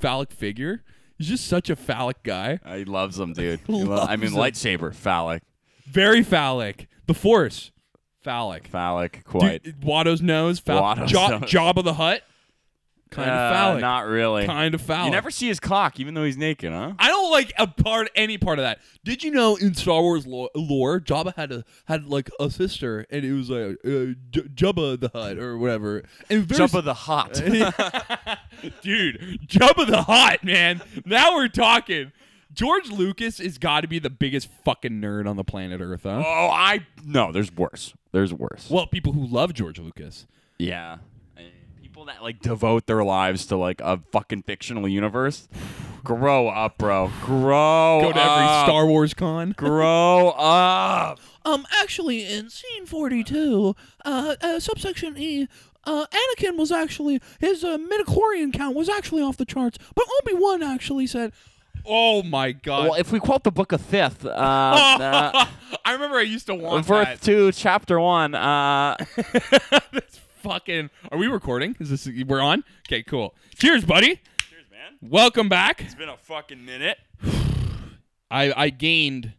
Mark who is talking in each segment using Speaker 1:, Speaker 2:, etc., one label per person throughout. Speaker 1: phallic figure. He's just such a phallic guy.
Speaker 2: Uh, He loves them, dude. He lo-
Speaker 1: Loves
Speaker 2: I mean,
Speaker 1: them.
Speaker 2: lightsaber, phallic,
Speaker 1: Very phallic. The Force, phallic.
Speaker 2: phallic,
Speaker 1: Dude,
Speaker 2: quite.
Speaker 1: Watto's nose, phallic.
Speaker 2: Watto's
Speaker 1: Job,
Speaker 2: nose.
Speaker 1: Job of the Hut, kind
Speaker 2: Uh,
Speaker 1: of phallic.
Speaker 2: Not really.
Speaker 1: Kind of phallic.
Speaker 2: You never see his cock, even though he's naked, huh?
Speaker 1: I don't like a part, any part of that. Did you know in Star Wars lo- lore, Jabba had a had like a sister, and it was like uh, J- Jabba the Hutt or whatever. And it was very
Speaker 2: Jump of the hot.
Speaker 1: Dude, Jabba the Hutt, man. Now we're talking. George Lucas has got to be the biggest fucking nerd on the planet Earth, huh?
Speaker 2: oh, I no. There's worse. There's worse.
Speaker 1: Well, people who love George Lucas.
Speaker 2: Yeah. I mean, People that like devote their lives to like a fucking fictional universe. Grow up, bro. Grow
Speaker 1: Go to every
Speaker 2: up.
Speaker 1: Star Wars con.
Speaker 2: Grow up.
Speaker 3: Um, actually, in scene 42, uh, uh subsection E, uh, Anakin was actually, his uh, midichlorian count was actually off the charts, but Obi-Wan actually said,
Speaker 1: Oh my god.
Speaker 2: Well, if we quote the book of Fifth, uh, uh,
Speaker 1: I remember I used to want
Speaker 2: verse
Speaker 1: that.
Speaker 2: two, chapter one. Uh,
Speaker 1: That's fucking. Are we recording? Is this we're on? Okay, cool. Cheers, buddy.
Speaker 2: Cheers, man.
Speaker 1: Welcome back.
Speaker 2: It's been a fucking minute.
Speaker 1: I I gained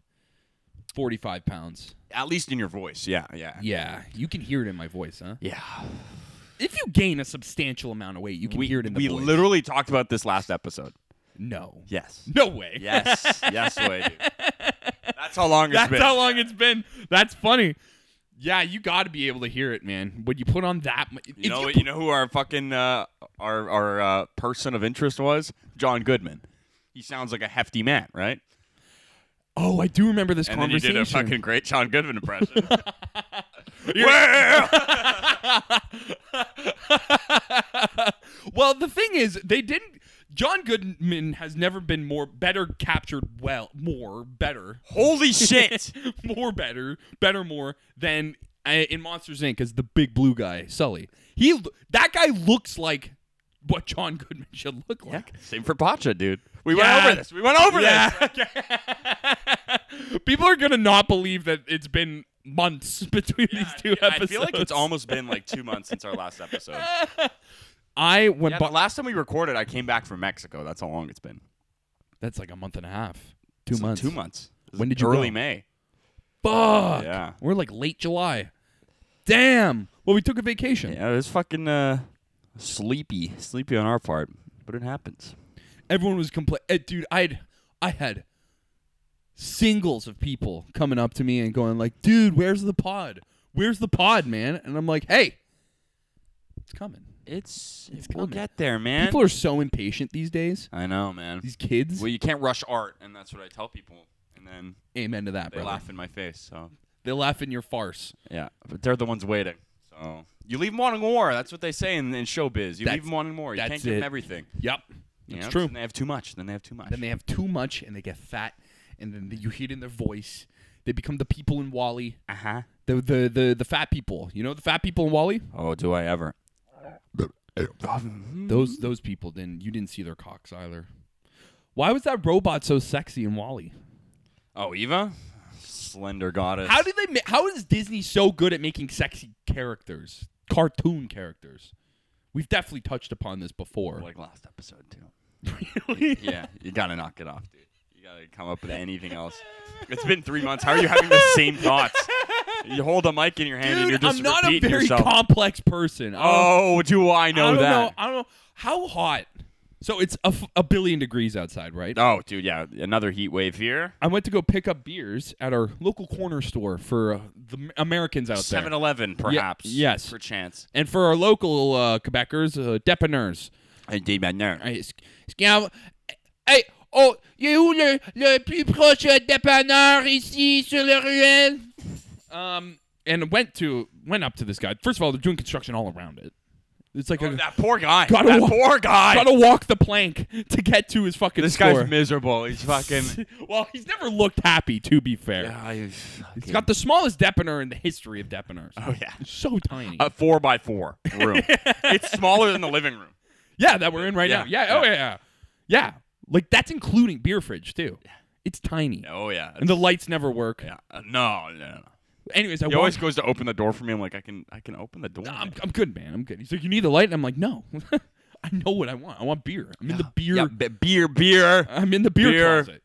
Speaker 1: 45 pounds.
Speaker 2: At least in your voice. Yeah, yeah,
Speaker 1: Yeah, you can hear it in my voice, huh?
Speaker 2: yeah.
Speaker 1: If you gain a substantial amount of weight, you can
Speaker 2: We
Speaker 1: hear it in the
Speaker 2: we
Speaker 1: voice.
Speaker 2: literally talked about this last episode.
Speaker 1: no.
Speaker 2: Yes.
Speaker 1: No way.
Speaker 2: Yes. yes, way. Dude. That's how long it's
Speaker 1: That's
Speaker 2: been.
Speaker 1: how long it's been. That's funny. Yeah, you got to be able to hear it, man. When you put on that, mu- if
Speaker 2: You know,
Speaker 1: you
Speaker 2: you know who our fucking uh, our our uh, person of interest was John Goodman. He sounds like a hefty man, right?
Speaker 1: Oh, I do remember this
Speaker 2: And then he
Speaker 1: conversation.
Speaker 2: did a fucking great John Goodman impression. well,
Speaker 1: well, the thing is, they didn't. John Goodman has never been more better captured. Well, more better,
Speaker 2: holy shit!
Speaker 1: more better, better more than uh, in Monsters Inc. as the big blue guy Sully. He l- that guy looks like what John Goodman should look
Speaker 2: Yeah,
Speaker 1: like.
Speaker 2: same for Pacha, dude. We
Speaker 1: Yeah.
Speaker 2: went over this. We went over this.
Speaker 1: Yeah. People are gonna not believe that it's been months between these two episodes.
Speaker 2: I feel like it's almost been like two months since our last episode.
Speaker 1: I when
Speaker 2: Yeah,
Speaker 1: Bo-
Speaker 2: the last time we recorded, I came back from Mexico. That's how long it's been.
Speaker 1: That's like a month and a half. Two
Speaker 2: It's like
Speaker 1: months.
Speaker 2: Two months. It was
Speaker 1: When did you
Speaker 2: Early
Speaker 1: go?
Speaker 2: May.
Speaker 1: Fuck.
Speaker 2: Yeah.
Speaker 1: We're like late July. Damn. Well, we took a vacation.
Speaker 2: Yeah, it was fucking uh, sleepy, sleepy on our part, but it happens.
Speaker 1: Everyone was complaining. dude, I had, I had singles of people coming up to me and going like, "Dude, where's the pod? Where's the pod, man?" And I'm like, "Hey, it's coming."
Speaker 2: It's,
Speaker 1: we'll
Speaker 2: we'll
Speaker 1: coming. get
Speaker 2: get there, man.
Speaker 1: People are so impatient these days.
Speaker 2: I know, man.
Speaker 1: These kids.
Speaker 2: Well, you can't rush art, and that's what I tell people, and then
Speaker 1: Amen to that,
Speaker 2: they
Speaker 1: brother.
Speaker 2: laugh in my face. So
Speaker 1: They laugh in your farce.
Speaker 2: yeah, but they're the ones waiting. So you leave them wanting more. That's what they say in, in showbiz. You
Speaker 1: That's-
Speaker 2: leave them wanting more. You
Speaker 1: that's
Speaker 2: can't give them
Speaker 1: it.
Speaker 2: everything.
Speaker 1: Yep.
Speaker 2: You
Speaker 1: That's
Speaker 2: know?
Speaker 1: true.
Speaker 2: Then they have too much. Then they have too much.
Speaker 1: then they have too much and they get fat and then you hear it in their voice they become the people in wally
Speaker 2: uh huh.
Speaker 1: the the the, the fat people you know the fat people in wally
Speaker 2: Oh, do I ever?
Speaker 1: those those people didn't you didn't see their cocks either why was that robot so sexy in wally
Speaker 2: Oh, Eva, slender goddess.
Speaker 1: how did they ma- how is disney so good at making sexy characters cartoon characters we've definitely touched upon this before
Speaker 2: like last episode too?
Speaker 1: Really?
Speaker 2: yeah, you gotta knock it off, dude. You gotta come up with anything else. It's been three months. How are you having the same thoughts? You hold a mic in your hand and you're
Speaker 1: Dude,
Speaker 2: just
Speaker 1: I'm not a
Speaker 2: repeating
Speaker 1: very
Speaker 2: yourself.
Speaker 1: complex person. I don't-
Speaker 2: Oh, do I know
Speaker 1: I don't
Speaker 2: that?
Speaker 1: Know, I don't know how hot. So it's a, f- a billion degrees outside, right?
Speaker 2: Oh, dude, yeah, another heat wave here.
Speaker 1: I went to go pick up beers at our local corner store for uh, the M- Americans out there.
Speaker 2: 7-Eleven, perhaps.
Speaker 1: yes.
Speaker 2: perchance.
Speaker 1: And for our local uh, Quebecers, uh, Depeneurs.
Speaker 2: Indeed, man. No.
Speaker 1: Hey, sc- sc- hey, oh, il est où le, le plus proche dépanneur ici sur la ruelle? Um, and went to went up to this guy. First of all, they're doing construction all around it. It's like a,
Speaker 2: Oh, That poor guy.
Speaker 1: Gotta
Speaker 2: that
Speaker 1: wa-
Speaker 2: poor guy.
Speaker 1: gotta walk the plank to get to his fucking
Speaker 2: this
Speaker 1: store.
Speaker 2: guy's miserable. He's fucking.
Speaker 1: well, he's never looked happy, to be fair.
Speaker 2: Yeah, he's
Speaker 1: He's
Speaker 2: fucking-
Speaker 1: got the smallest Depener in the history of Depeners.
Speaker 2: Oh yeah. Oh.
Speaker 1: So tiny.
Speaker 2: A four by four room. it's smaller than the living room.
Speaker 1: yeah, that we're in right
Speaker 2: yeah,
Speaker 1: now. Yeah, oh, yeah, yeah. Yeah. Like, that's including beer fridge, too. It's tiny.
Speaker 2: Oh yeah.
Speaker 1: And the lights never work.
Speaker 2: yeah. Uh, no, no, no.
Speaker 1: Anyways, I
Speaker 2: He always
Speaker 1: walked.
Speaker 2: goes to open the door for me. I'm like, I can, I can open the door.
Speaker 1: I'm, I'm good, man. I'm good. He's like, you need the light? And I'm like, no. I know what I want. I want beer. I'm in the beer.
Speaker 2: Yeah, be- beer, Uh, beer.
Speaker 1: I'm in the beer,
Speaker 2: Beer.
Speaker 1: closet.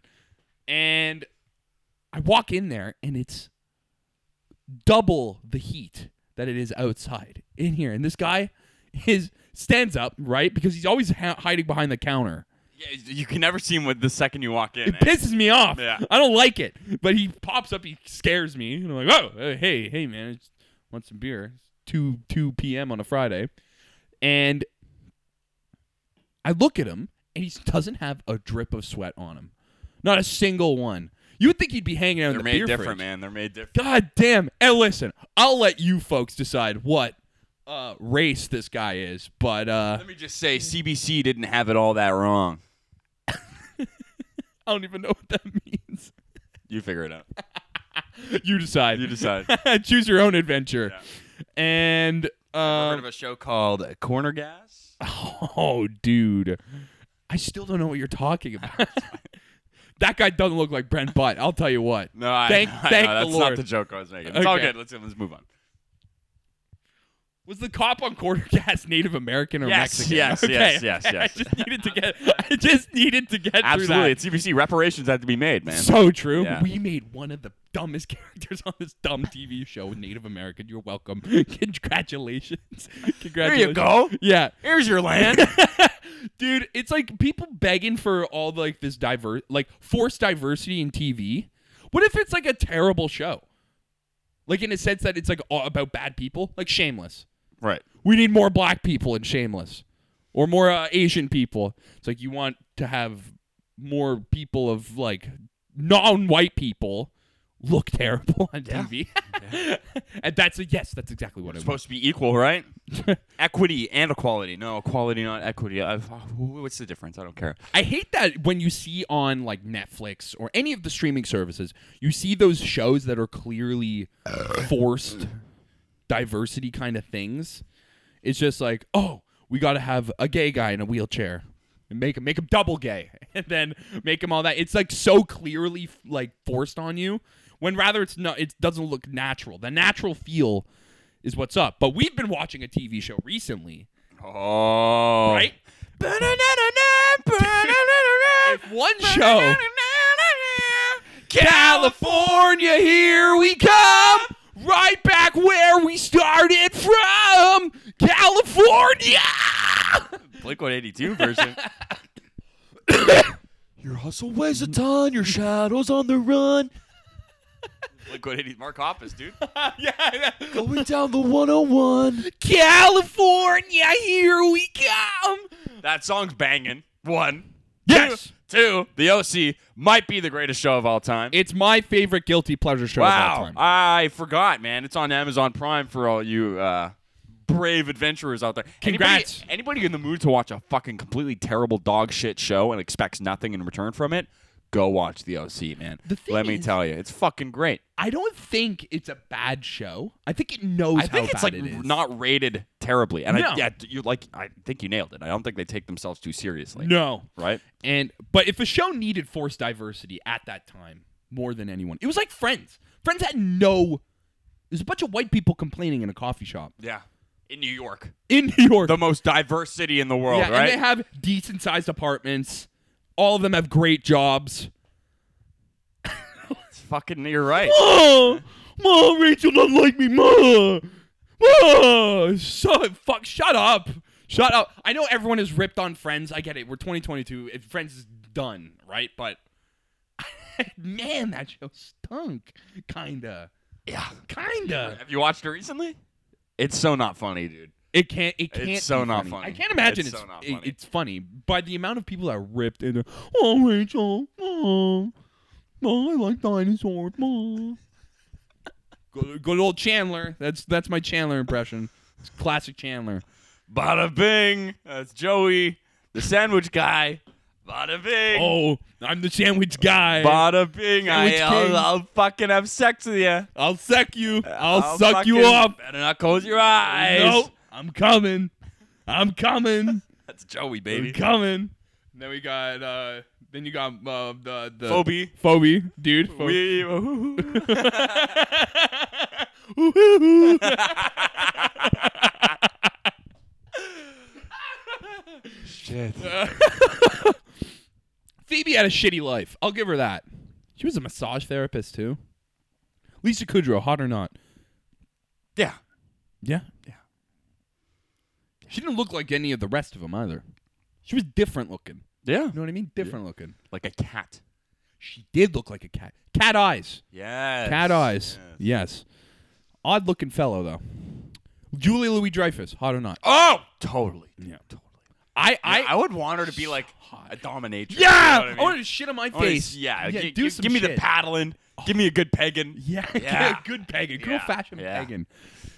Speaker 1: And I walk in there and it's double the heat that it is outside in here. And this guy is stands up, right? Because he's always ha- hiding behind the counter.
Speaker 2: Yeah, you can never see him with the second you walk in. eh?
Speaker 1: It pisses me off.
Speaker 2: Yeah.
Speaker 1: I don't like it. But he pops up, he scares me. And I'm like, oh, uh, hey, hey, man, I just want some beer. It's 2, 2 p.m. on a Friday. And I look at him, and he doesn't have a drip of sweat on him. Not a single one. You would think he'd be hanging out in
Speaker 2: They're
Speaker 1: the
Speaker 2: made
Speaker 1: beer
Speaker 2: different,
Speaker 1: fridge.
Speaker 2: man. They're made different.
Speaker 1: God damn. And listen, I'll let you folks decide what uh, race this guy is. But uh,
Speaker 2: Let me just say, CBC didn't have it all that wrong.
Speaker 1: I don't even know what that means.
Speaker 2: You figure it out.
Speaker 1: you decide.
Speaker 2: You decide.
Speaker 1: Choose your own adventure. And
Speaker 2: Heard of
Speaker 1: um,
Speaker 2: a show called Corner Gas?
Speaker 1: oh, dude, I still don't know what you're talking about. that guy doesn't look like Brent Butt. I'll tell you what.
Speaker 2: No, I,
Speaker 1: Thank-
Speaker 2: I
Speaker 1: thank
Speaker 2: know,
Speaker 1: the
Speaker 2: that's
Speaker 1: Lord.
Speaker 2: not the joke I was making. It's all
Speaker 1: Okay.
Speaker 2: good. Let's let's move on.
Speaker 1: Was the cop on quarter gas Native American or
Speaker 2: Yes,
Speaker 1: Mexican?
Speaker 2: yes,
Speaker 1: Okay,
Speaker 2: yes, yes,
Speaker 1: okay,
Speaker 2: yes.
Speaker 1: I just needed to get. I just needed to get
Speaker 2: Absolutely,
Speaker 1: through
Speaker 2: it's CBC. Reparations had to be made,
Speaker 1: that.
Speaker 2: man.
Speaker 1: So true.
Speaker 2: Yeah.
Speaker 1: We made one of the dumbest characters on this dumb TV show with Native American. You're welcome. Congratulations. Congratulations.
Speaker 2: There you go.
Speaker 1: Yeah.
Speaker 2: Here's your land.
Speaker 1: Dude, it's like people begging for all like this diverse, like forced diversity in TV. What if it's like a terrible show? Like in a sense that it's like all about bad people, like Shameless.
Speaker 2: right.
Speaker 1: We need more black people in Shameless, or more uh, Asian people. It's like you want to have more people of like non-white people look terrible on TV, and that's a yes. That's exactly what
Speaker 2: It's
Speaker 1: I want.
Speaker 2: supposed to be equal, right? equity and equality. No, equality, not equity. I, what's the difference? I don't care.
Speaker 1: I hate that when you see on like Netflix or any of the streaming services, you see those shows that are clearly forced diversity kind of things. It's just like, oh, we got to have a gay guy in a wheelchair and make him make him double gay and then make him all that. It's like so clearly like forced on you when rather it's not it doesn't look natural. The natural feel is what's up. But we've been watching a TV show recently,
Speaker 2: Oh.
Speaker 1: right? If one show California, here we come. Right back where we started from. California.
Speaker 2: Blink 182 version. your hustle weighs a ton. Your shadow's on the run. Blink 182. Mark Hoppus, dude.
Speaker 1: yeah.
Speaker 2: Going down the 101.
Speaker 1: California, here we come.
Speaker 2: That song's banging. One.
Speaker 1: Yes.
Speaker 2: Two. The OC might be the greatest show of all time.
Speaker 1: It's my favorite guilty pleasure show of all
Speaker 2: Wow,
Speaker 1: time.
Speaker 2: I forgot, man. It's on Amazon Prime for all you uh, brave adventurers out there.
Speaker 1: Congrats.
Speaker 2: Anybody, anybody in the mood to watch a fucking completely terrible dog shit show and expects nothing in return from it, go watch The OC, man.
Speaker 1: The thing
Speaker 2: Let me
Speaker 1: is-
Speaker 2: tell you, it's fucking great.
Speaker 1: I don't think it's a bad show. I think it knows
Speaker 2: I think
Speaker 1: how
Speaker 2: it's
Speaker 1: bad
Speaker 2: like
Speaker 1: it is.
Speaker 2: not rated terribly, and
Speaker 1: No.
Speaker 2: I, yeah, you like. I think you nailed it. I don't think they take themselves too seriously.
Speaker 1: no.
Speaker 2: Right?
Speaker 1: And but if a show needed forced diversity at that time more than anyone, it was like Friends. Friends had no. There's a bunch of white people complaining in a coffee shop
Speaker 2: Yeah. In New York,
Speaker 1: in New York.
Speaker 2: the most diverse city in the world,
Speaker 1: yeah,
Speaker 2: right?
Speaker 1: and they have decent sized apartments. All of them have great jobs.
Speaker 2: it's fucking, you're right.
Speaker 1: Oh, Ma, Rachel doesn't like me, Ma. Ma, shut, fuck, shut up. Shut up. I know everyone is ripped on Friends. I get it. We're 2022. If Friends is done, right? But man, that show stunk. Kinda.
Speaker 2: Yeah.
Speaker 1: Kinda.
Speaker 2: Have you watched it recently? It's so not funny, dude.
Speaker 1: It can't. It
Speaker 2: It's
Speaker 1: can't.
Speaker 2: so
Speaker 1: be
Speaker 2: not
Speaker 1: I
Speaker 2: funny.
Speaker 1: can't imagine
Speaker 2: It's
Speaker 1: it's
Speaker 2: so not
Speaker 1: it-
Speaker 2: funny.
Speaker 1: it's funny by the amount of people that are ripped and oh Rachel, oh, oh I like dinosaurs, oh. Good, good old Chandler. That's that's my Chandler impression. It's classic Chandler.
Speaker 2: Bada bing. That's Joey, the sandwich guy. Bada bing.
Speaker 1: Oh, I'm the sandwich guy.
Speaker 2: Bada bing. I,
Speaker 1: Sandwich king.
Speaker 2: I'll, I'll fucking have sex with you.
Speaker 1: I'll suck you. I'll, suck you up.
Speaker 2: Better not close your eyes.
Speaker 1: Nope, I'm coming. I'm coming.
Speaker 2: That's Joey,
Speaker 1: I'm
Speaker 2: baby.
Speaker 1: coming. Then we got. uh Then you got uh, the the
Speaker 2: Phoebe.
Speaker 1: Phoebe, dude. Phoebe.
Speaker 2: We. woo-hoo-hoo.
Speaker 1: Woo-hoo-hoo.
Speaker 2: Shit.
Speaker 1: Phoebe had a shitty life. I'll give her that. She was a massage therapist too. Lisa Kudrow, hot or not?
Speaker 2: Yeah.
Speaker 1: Yeah.
Speaker 2: Yeah.
Speaker 1: She didn't look like any of the rest of them either. She was different looking.
Speaker 2: Yeah.
Speaker 1: You know what I mean? Different looking.
Speaker 2: Like a cat.
Speaker 1: She did look like a cat. Cat eyes.
Speaker 2: Yes.
Speaker 1: Cat eyes. Yes. Odd looking fellow though. Julie Louis Dreyfus, hot or not?
Speaker 2: Oh, totally.
Speaker 1: Yeah.
Speaker 2: Totally.
Speaker 1: I
Speaker 2: I,
Speaker 1: I
Speaker 2: I would want her to be like a dominatrix. you know
Speaker 1: yeah.
Speaker 2: what I mean?
Speaker 1: I wanted to shit on my
Speaker 2: I wanna
Speaker 1: face.
Speaker 2: see- Yeah.
Speaker 1: yeah
Speaker 2: gi-
Speaker 1: do
Speaker 2: gi-
Speaker 1: some
Speaker 2: give me the
Speaker 1: shit. Oh,
Speaker 2: paddling. Give me a good pegging.
Speaker 1: Yeah,
Speaker 2: Yeah.
Speaker 1: good pagan, good
Speaker 2: Yeah.
Speaker 1: old fashioned
Speaker 2: Yeah.
Speaker 1: pagan.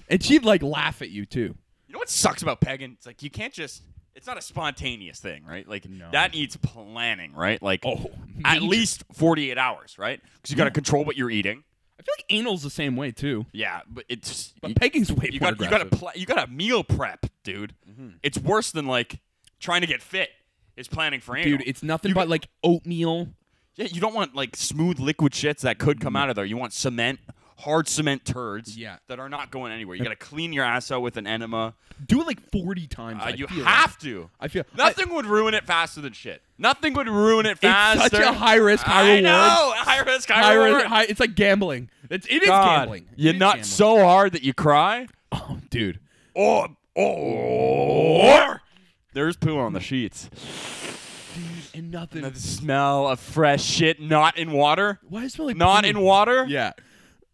Speaker 1: And she'd like laugh at you too.
Speaker 2: You know what sucks about pegging? It's like you can't just. It's not a spontaneous thing, right? Like
Speaker 1: No.
Speaker 2: that needs planning, right? Like
Speaker 1: Oh,
Speaker 2: at
Speaker 1: major.
Speaker 2: least 48 hours, right? Because you got to control what you're eating.
Speaker 1: I feel like anal's the same way too.
Speaker 2: Yeah, but it's
Speaker 1: But
Speaker 2: you,
Speaker 1: peging's way
Speaker 2: you
Speaker 1: more Mm-hmm.
Speaker 2: got you got to
Speaker 1: aggressive.
Speaker 2: pl- you got to meal prep, dude. It's worse than like trying to get fit. It's planning for anal.
Speaker 1: Dude, it's nothing
Speaker 2: You
Speaker 1: but
Speaker 2: got-
Speaker 1: like oatmeal.
Speaker 2: yeah. You don't want like smooth liquid shits that could come out of there. You want cement, hard cement turds.
Speaker 1: Mm. Yeah.
Speaker 2: that are not going anywhere. You got to clean your ass out with an enema.
Speaker 1: Do it like forty times.
Speaker 2: Uh,
Speaker 1: I
Speaker 2: you
Speaker 1: feel
Speaker 2: have
Speaker 1: like.
Speaker 2: to.
Speaker 1: I feel
Speaker 2: Nothing would ruin it faster than shit. Nothing would ruin it
Speaker 1: I,
Speaker 2: faster.
Speaker 1: it's such a high risk, high
Speaker 2: I
Speaker 1: reward.
Speaker 2: know. High risk, high,
Speaker 1: High
Speaker 2: reward.
Speaker 1: risk, high, it's like gambling. It's it is
Speaker 2: God,
Speaker 1: gambling.
Speaker 2: You
Speaker 1: It is
Speaker 2: nut
Speaker 1: gambling.
Speaker 2: so hard that you cry.
Speaker 1: oh, dude.
Speaker 2: Or, or there's poo on the sheets.
Speaker 1: And nothing.
Speaker 2: The smell of fresh shit, not in water,
Speaker 1: Why is it really
Speaker 2: not in water.
Speaker 1: Mm. Yeah.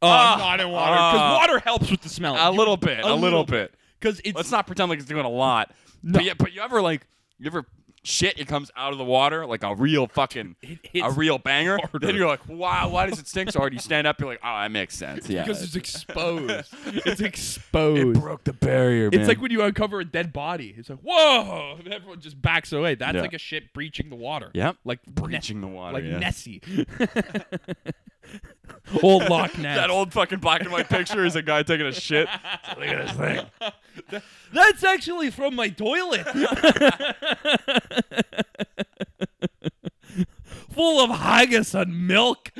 Speaker 1: Oh,
Speaker 2: Ah,
Speaker 1: not in water. Because
Speaker 2: ah.
Speaker 1: water helps with the smell.
Speaker 2: a little bit, a,
Speaker 1: a
Speaker 2: little,
Speaker 1: little
Speaker 2: bit.
Speaker 1: Because it's
Speaker 2: Let's not pretend like it's doing a lot. But, you, but you ever like you ever shit? It comes out of the water like a real fucking
Speaker 1: hits
Speaker 2: a real banger.
Speaker 1: harder.
Speaker 2: Then you're like, wow, why does it stink so hard? You stand up, you're like, oh, that makes sense. Yeah,
Speaker 1: because it's exposed. it's
Speaker 2: it
Speaker 1: exposed.
Speaker 2: broke the barrier.
Speaker 1: It's like when you uncover a dead body. It's like, whoa! And everyone just backs away. That's
Speaker 2: Yeah.
Speaker 1: like a ship breaching the water.
Speaker 2: Yep.
Speaker 1: Like
Speaker 2: breaching the water.
Speaker 1: like
Speaker 2: yeah.
Speaker 1: Nessie. old Loch Ness.
Speaker 2: That old fucking black and white picture is a guy taking a shit. Look at this thing.
Speaker 1: That's actually from my toilet. Full of haggis and milk.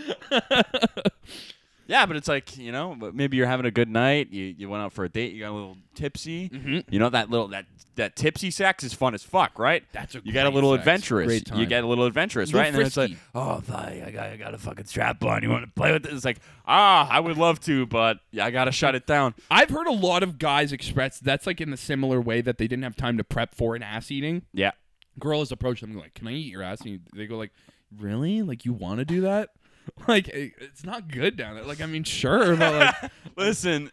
Speaker 2: Yeah, but it's like you know, but maybe you're having a good night. You, you went out for a date. You got a little tipsy.
Speaker 1: Mm-hmm.
Speaker 2: You know that little that that tipsy sex is fun as fuck, right?
Speaker 1: That's a
Speaker 2: you got a
Speaker 1: great
Speaker 2: little
Speaker 1: sex.
Speaker 2: adventurous.
Speaker 1: Great time.
Speaker 2: You get a little adventurous,
Speaker 1: Little
Speaker 2: right? And then it's like,
Speaker 1: frisky.
Speaker 2: oh, fuck, I got I got a fucking strap on. You want to play with it? It's like, ah, I would love to, but I gotta shut it down.
Speaker 1: I've heard a lot of guys express that's like in the similar way that they didn't have time to prep for an ass eating.
Speaker 2: Yeah.
Speaker 1: girl has approached them like, "Can I eat your ass?" And they go like, "Really? Like you want to do that?" Like it- it's not good down there. Like I mean, sure, but like
Speaker 2: Listen,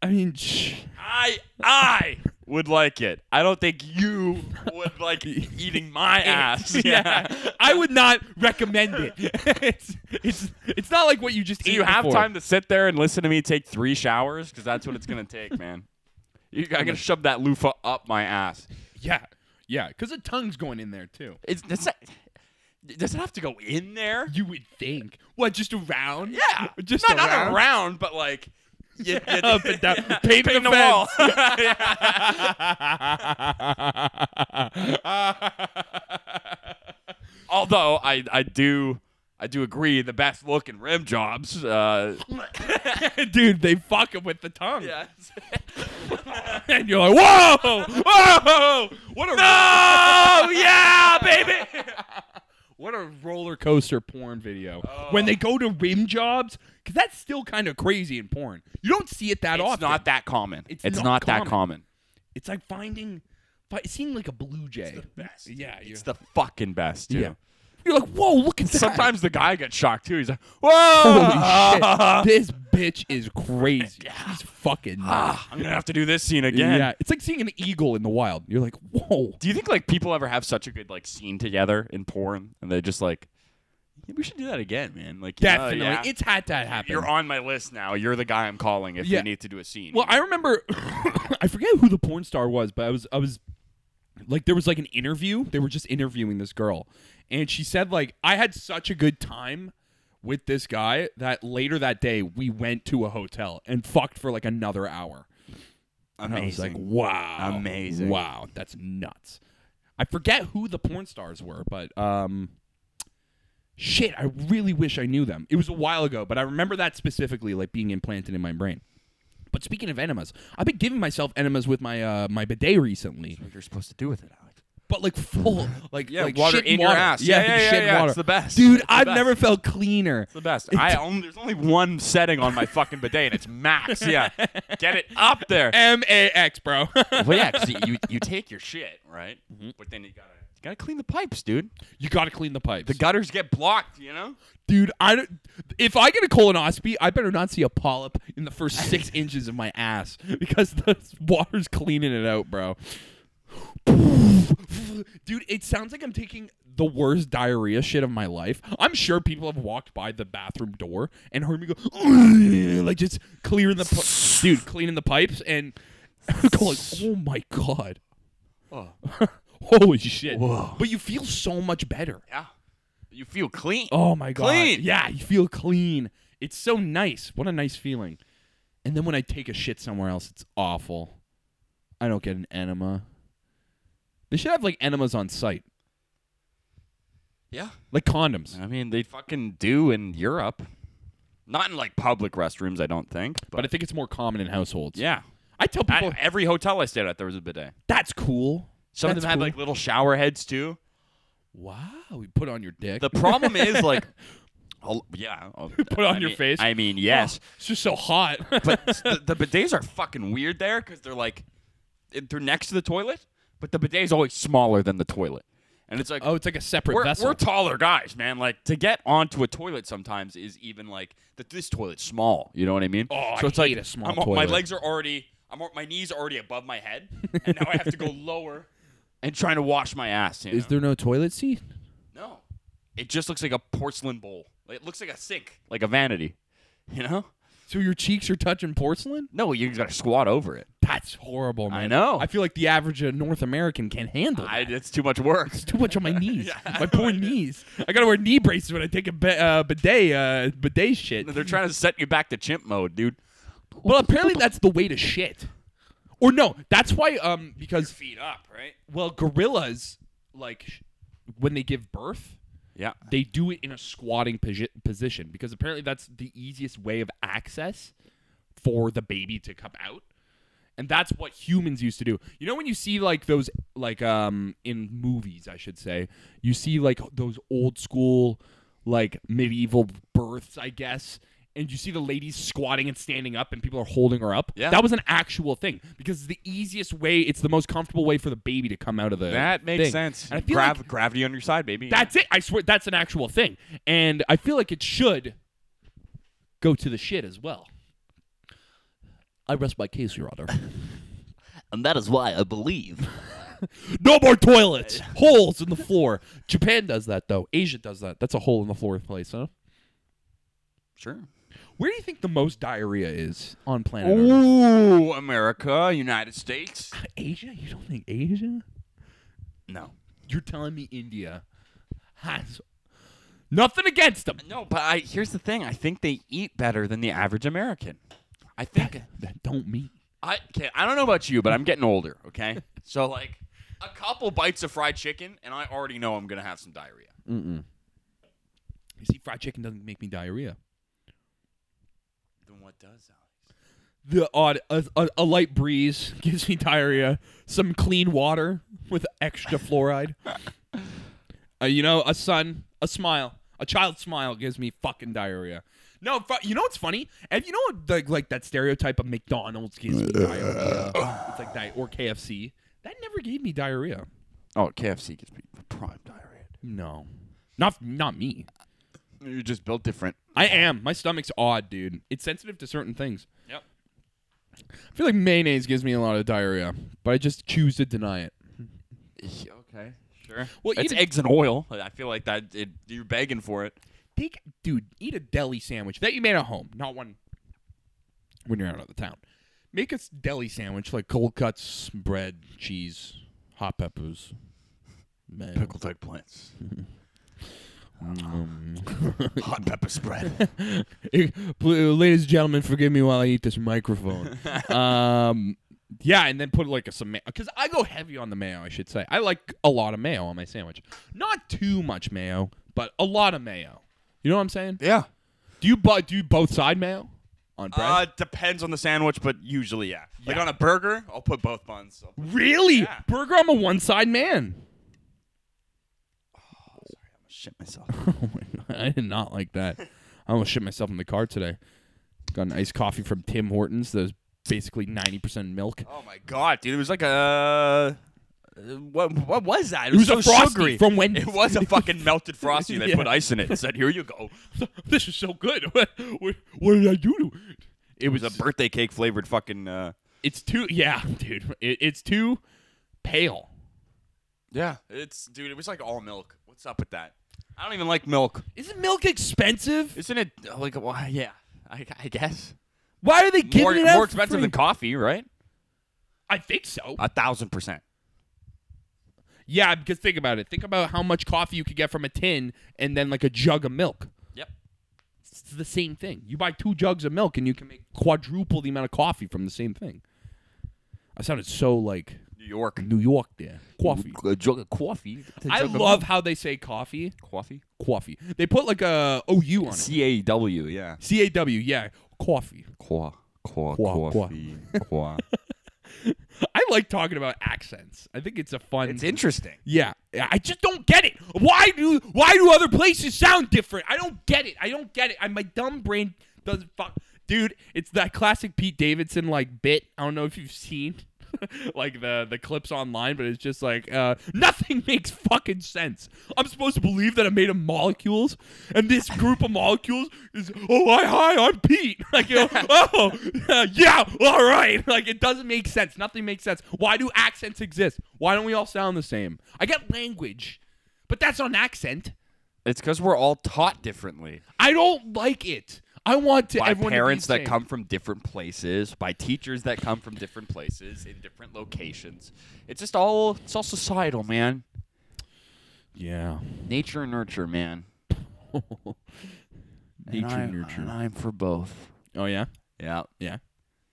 Speaker 1: I mean, sh-
Speaker 2: I I would like it. I don't think you would like eating my ass. Yeah.
Speaker 1: I would not recommend it. it's it's it's not like what you just
Speaker 2: Do
Speaker 1: ate
Speaker 2: you have
Speaker 1: before.
Speaker 2: time to sit there and listen to me take three showers? Because that's what it's gonna take, man. You, I'm gonna shove that loofah up my ass.
Speaker 1: Yeah, yeah, because the tongue's going in there too.
Speaker 2: It's, it's not, it doesn't have to go in there.
Speaker 1: You would think what? Just around?
Speaker 2: Yeah,
Speaker 1: just
Speaker 2: not,
Speaker 1: around.
Speaker 2: not around, but like you, you,
Speaker 1: Up and down. Paving
Speaker 2: paving
Speaker 1: the
Speaker 2: the wall. Although I, I do I do agree the best looking rim jobs. Uh,
Speaker 1: Dude, they fuck him with the tongue.
Speaker 2: yeah.
Speaker 1: And you're like, whoa, whoa, what a
Speaker 2: oh yeah, baby.
Speaker 1: what a roller coaster porn video.
Speaker 2: Oh.
Speaker 1: When they go to rim jobs, because that's still kind of crazy in porn. You don't see it that
Speaker 2: It's
Speaker 1: often.
Speaker 2: not that common.
Speaker 1: It's
Speaker 2: It's,
Speaker 1: not
Speaker 2: not, that common.
Speaker 1: It's like finding, fi- seeing like a blue jay. Yeah, you're,
Speaker 2: It's the fucking best. Too.
Speaker 1: yeah. You're like, whoa, look at that.
Speaker 2: Sometimes the guy gets shocked too. He's like, "Whoa,
Speaker 1: holy shit, this bitch is crazy. She's fucking. nuts.
Speaker 2: Ah, I'm gonna have to do this scene again."
Speaker 1: Yeah, it's like seeing an eagle in the wild. You're like, whoa.
Speaker 2: Do you think like people ever have such a good like scene together in porn, and they just like, yeah, "We should do that again, man." Like, you know,
Speaker 1: Definitely,
Speaker 2: yeah.
Speaker 1: it's had to happen.
Speaker 2: you're on my list now. You're the guy I'm calling if
Speaker 1: Yeah.
Speaker 2: we need to do a scene.
Speaker 1: Well, I remember I forget who the porn star was, but I was I was like there was like an interview. They were just interviewing this girl. And she said like I had such a good time with this guy that later that day we went to a hotel and fucked for like another hour. And I was like, wow.
Speaker 2: Amazing.
Speaker 1: Wow, that's nuts. I forget who the porn stars were, but um shit, I really wish I knew them. It was a while ago, but I remember that specifically like being implanted in my brain. But speaking of enemas, I've been giving myself enemas with my uh, my bidet recently.
Speaker 2: what you're supposed to do with it, Alex?
Speaker 1: but like full, like
Speaker 2: Yeah,
Speaker 1: like
Speaker 2: water
Speaker 1: shit
Speaker 2: in your ass.
Speaker 1: Yeah,
Speaker 2: Yeah, yeah, yeah,
Speaker 1: shit
Speaker 2: yeah,
Speaker 1: water.
Speaker 2: it's the best.
Speaker 1: dude.
Speaker 2: It's the
Speaker 1: I've
Speaker 2: best.
Speaker 1: never felt cleaner.
Speaker 2: the best. I only, there's only one setting on my fucking bidet, and it's max. Yeah, get it up there.
Speaker 1: M A X, bro.
Speaker 2: well, yeah, 'cause you you take your shit right,
Speaker 1: Mm-hmm.
Speaker 2: but then you gotta you gotta clean the pipes, dude.
Speaker 1: you gotta clean the pipes,
Speaker 2: The gutters get blocked, you know.
Speaker 1: dude. I don't, if I get a colonoscopy, I better not see a polyp in the first six inches of my ass because the water's cleaning it out, bro. Dude, it sounds like I'm taking the worst diarrhea shit of my life. I'm sure people have walked by the bathroom door and heard me go, like just clearing the, pi- dude, cleaning the pipes and go like, oh my god,
Speaker 2: Oh.
Speaker 1: holy shit.
Speaker 2: Whoa.
Speaker 1: But you feel so much better.
Speaker 2: Yeah, you feel clean.
Speaker 1: Oh my god.
Speaker 2: Clean.
Speaker 1: Yeah, you feel clean. It's so nice. What a nice feeling. And then when I take a shit somewhere else, it's awful. I don't get an enema. They should have like enemas on site,
Speaker 2: Yeah,
Speaker 1: like condoms.
Speaker 2: I mean they fucking do in Europe. Not in like public restrooms, I don't think. But,
Speaker 1: But I think it's more common in households.
Speaker 2: yeah,
Speaker 1: I tell
Speaker 2: At
Speaker 1: people
Speaker 2: every hotel I stayed at, there was a bidet.
Speaker 1: that's cool.
Speaker 2: Some of
Speaker 1: That's
Speaker 2: them had
Speaker 1: cool.
Speaker 2: like little shower heads too.
Speaker 1: wow, you put on your dick.
Speaker 2: The problem is like, oh, yeah, oh,
Speaker 1: Put on
Speaker 2: I
Speaker 1: your
Speaker 2: mean-
Speaker 1: face.
Speaker 2: I mean, yes,
Speaker 1: it's just so hot.
Speaker 2: but s- the, the bidets are fucking weird there because they're like, it- they're next to the toilet, but the bidet is always smaller than the toilet, and it's like,
Speaker 1: oh, it's like a separate
Speaker 2: we're,
Speaker 1: vessel.
Speaker 2: we're taller guys, man. Like to get onto a toilet sometimes is even like that. This toilet's small. You know what I mean?
Speaker 1: Oh, I
Speaker 2: so it's
Speaker 1: hate
Speaker 2: like
Speaker 1: a small
Speaker 2: I'm, my
Speaker 1: toilet.
Speaker 2: legs are already. I'm al- my knees are already above my head, and now I have to go lower and trying to wash my ass. You
Speaker 1: Is
Speaker 2: know?
Speaker 1: there no toilet seat?
Speaker 2: No. It just looks like a porcelain bowl. Like, it looks like a sink, like a vanity. You know?
Speaker 1: So your cheeks are touching porcelain?
Speaker 2: No, you gotta squat over it.
Speaker 1: That's horrible, man.
Speaker 2: I know.
Speaker 1: I feel like the average uh, North American can handle it.
Speaker 2: I, it's too much work.
Speaker 1: It's too much on my knees. My poor knees. I gotta wear knee braces when I take a ba- uh, bidet, uh, bidet shit.
Speaker 2: They're trying to set you back to chimp mode, dude.
Speaker 1: Well, apparently that's the way to shit. Or no, that's why. Um, because
Speaker 2: Feet up, right?
Speaker 1: well, gorillas like sh- when they give birth,
Speaker 2: Yeah.
Speaker 1: they do it in a squatting posi- position because apparently that's the easiest way of access for the baby to come out. And that's what humans used to do. You know when you see like those like um in movies, I should say, you see like those old school like medieval births, I guess, and you see the ladies squatting and standing up and people are holding her up.
Speaker 2: Yeah.
Speaker 1: That was an actual thing because it's the easiest way, it's the most comfortable way for the baby to come out of the
Speaker 2: That makes
Speaker 1: thing.
Speaker 2: sense.
Speaker 1: And I feel
Speaker 2: Grav-
Speaker 1: like-
Speaker 2: gravity on your side, baby.
Speaker 1: that's it. I swear that's an actual thing. And I feel like it should go to the shit as well.
Speaker 3: I rest my case, Your Honor.
Speaker 4: And that is why I believe
Speaker 1: No more toilets. Holes in the floor. Japan does that though. Asia does that. That's a hole in the floor place, huh?
Speaker 2: sure.
Speaker 1: Where do you think the most diarrhea is on planet Earth?
Speaker 2: Ooh, America, United States.
Speaker 1: Asia? You don't think Asia?
Speaker 2: No.
Speaker 1: You're telling me India has nothing against them.
Speaker 2: No, but I, here's the thing. I think they eat better than the average American. I think
Speaker 1: That don't mean.
Speaker 2: I okay, I don't know about you, but I'm getting older, okay? so like a couple bites of fried chicken and I already know I'm going to have some diarrhea.
Speaker 1: You see, fried chicken doesn't make me diarrhea.
Speaker 2: Then what does that?
Speaker 1: the odd a, a, a light breeze gives me diarrhea some clean water with extra fluoride uh, you know a sun a smile a child's smile gives me fucking diarrhea no fu- you know what's funny and you know what like, like that stereotype of mcdonald's gives me diarrhea it's like that or kfc that never gave me diarrhea
Speaker 2: Oh, KFC gives me prime diarrhea.
Speaker 1: no not not me
Speaker 2: You're just built different.
Speaker 1: i am my stomach's odd dude it's sensitive to certain things
Speaker 2: Yep.
Speaker 1: i feel like mayonnaise gives me a lot of diarrhea but i just choose to deny it
Speaker 2: Okay. Sure.
Speaker 1: Well,
Speaker 2: Well, it's
Speaker 1: even-
Speaker 2: eggs and oil. I feel like that it, you're begging for it.
Speaker 1: take dude eat a deli sandwich that you made at home not one when you're out of the town make a s- deli sandwich like cold cuts bread cheese hot peppers mayo.
Speaker 2: type plants. Hot pepper spread.
Speaker 1: Eh, pl- ladies and gentlemen forgive me while i eat this microphone um yeah and then put like a some because i go heavy on the mayo i should say i like a lot of mayo on my sandwich not too much mayo but a lot of mayo you know what i'm saying
Speaker 2: yeah.
Speaker 1: do you bu- do you both side mayo on bread
Speaker 2: Uh, depends on the sandwich, but usually yeah. Like on a burger, I'll put both buns. I'll put-
Speaker 1: Really?
Speaker 2: Yeah.
Speaker 1: Burger, I'm a one side man.
Speaker 2: shit myself.
Speaker 1: Oh my God, I did not like that. I almost shit myself in the car today. Got an iced coffee from Tim Hortons that was basically 90% milk.
Speaker 2: Oh my god, dude! It was like a uh, what? What was that? It
Speaker 1: was
Speaker 2: was,
Speaker 1: a
Speaker 2: so
Speaker 1: Frosty
Speaker 2: sugary
Speaker 1: from Wendy's.
Speaker 2: It was a fucking melted frosty. and They
Speaker 1: Yeah.
Speaker 2: put ice in it. and Said, "Here you go."
Speaker 1: this is so good. what, what what did I do? It
Speaker 2: It was a birthday cake flavored fucking. Uh,
Speaker 1: It's too. Yeah, dude. It, it's too pale.
Speaker 2: yeah, it's dude. It was like all milk. What's up with that? I don't even like milk.
Speaker 1: Isn't milk expensive?
Speaker 2: Isn't it uh, like? Well, yeah, I, I guess
Speaker 1: Why are they giving
Speaker 2: more
Speaker 1: it out for
Speaker 2: more expensive
Speaker 1: free?
Speaker 2: than coffee, right?
Speaker 1: I think so.
Speaker 2: A thousand percent.
Speaker 1: yeah, because think about it. Think about how much coffee you could get from a tin and then like a jug of milk.
Speaker 2: Yep.
Speaker 1: It's the same thing. You buy two jugs of milk and you can make quadruple the amount of coffee from the same thing. I sounded so like
Speaker 2: New York
Speaker 1: New York there. Coffee.
Speaker 4: A jug of coffee.
Speaker 1: I love how they say coffee.
Speaker 2: coffee.
Speaker 1: Coffee. They put like a OU on it.
Speaker 2: C A W. Yeah.
Speaker 1: C A W, yeah. Coffee.
Speaker 2: Qua. Qua.
Speaker 1: Qua, qua.
Speaker 2: Coffee. Qua.
Speaker 1: I like talking about accents. I think it's a fun
Speaker 2: It's interesting.
Speaker 1: Yeah, I just don't get it. Why do why do other places sound different? I don't get it. I don't get it. I, my dumb brain doesn't fuck. Dude, it's that classic Pete Davidson like bit. I don't know if you've seen like the the clips online, but it's just like uh, nothing makes fucking sense. I'm supposed to believe that I'm made of molecules, and this group of molecules is oh hi hi I'm Pete. Like you know, oh yeah, all right. Like it doesn't make sense. Nothing makes sense. Why do accents exist? Why don't we all sound the same? I get language, but that's not an accent.
Speaker 2: It's because we're all taught differently
Speaker 1: I don't like it. I want to
Speaker 2: by
Speaker 1: everyone to be
Speaker 2: parents
Speaker 1: the
Speaker 2: that
Speaker 1: same.
Speaker 2: come from different places, by teachers that come from different places in different locations. It's just all it's all societal, man.
Speaker 1: Yeah.
Speaker 2: Nature and nurture, man.
Speaker 1: Nature
Speaker 2: and I-
Speaker 1: nurture.
Speaker 2: And I'm for both.
Speaker 1: Oh yeah.
Speaker 2: Yeah.
Speaker 1: Yeah.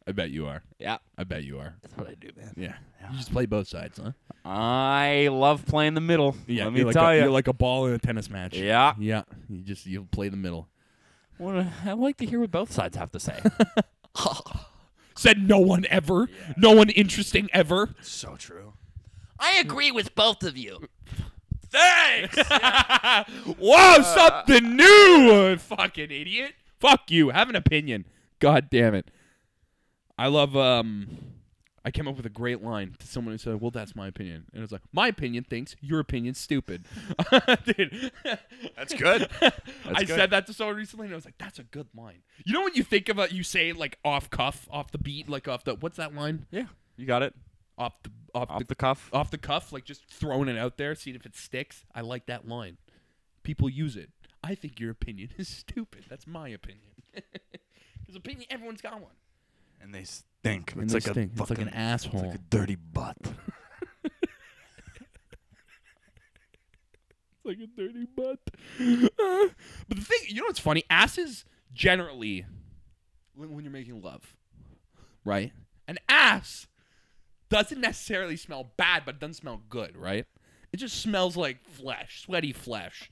Speaker 1: I bet you are.
Speaker 2: Yeah.
Speaker 1: I bet you are.
Speaker 2: That's what I do, man.
Speaker 1: Yeah. You just play both sides, huh?
Speaker 2: I love playing the middle.
Speaker 1: Yeah.
Speaker 2: Let me
Speaker 1: you're like
Speaker 2: tell
Speaker 1: a,
Speaker 2: you.
Speaker 1: You're like a ball in a tennis match.
Speaker 2: yeah.
Speaker 1: Yeah. You just you play the middle.
Speaker 2: Well, I like to hear what both sides have to say.
Speaker 1: Said no one ever. No one interesting ever.
Speaker 2: so true.
Speaker 4: I agree with both of you.
Speaker 1: Thanks. Whoa,
Speaker 2: Uh,
Speaker 1: something new, fucking idiot. Fuck you. Have an opinion. God damn it. I love um I came up with a great line to someone who said, "Well, that's my opinion." And it's like, "My opinion thinks your opinion's stupid." Dude.
Speaker 2: That's good.
Speaker 1: I
Speaker 2: good.
Speaker 1: said that to someone recently, and I was like, "That's a good line." You know when you think about you say it, like off cuff, off the beat, like off the what's that line?
Speaker 2: yeah. You got it.
Speaker 1: Off the off,
Speaker 2: Off
Speaker 1: the,
Speaker 2: the cuff.
Speaker 1: off the cuff, like just throwing it out there, seeing if it sticks. I like that line. People use it. I think your opinion is stupid. That's my opinion. Because opinion, everyone's got one.
Speaker 2: And they stink.
Speaker 1: And they stink. It's like an asshole.
Speaker 2: dirty butt.
Speaker 1: like a dirty butt. but the thing, you know what's funny? Asses generally, when, when you're making love, right? An ass doesn't necessarily smell bad, but it doesn't smell good, right? It just smells like flesh, sweaty flesh.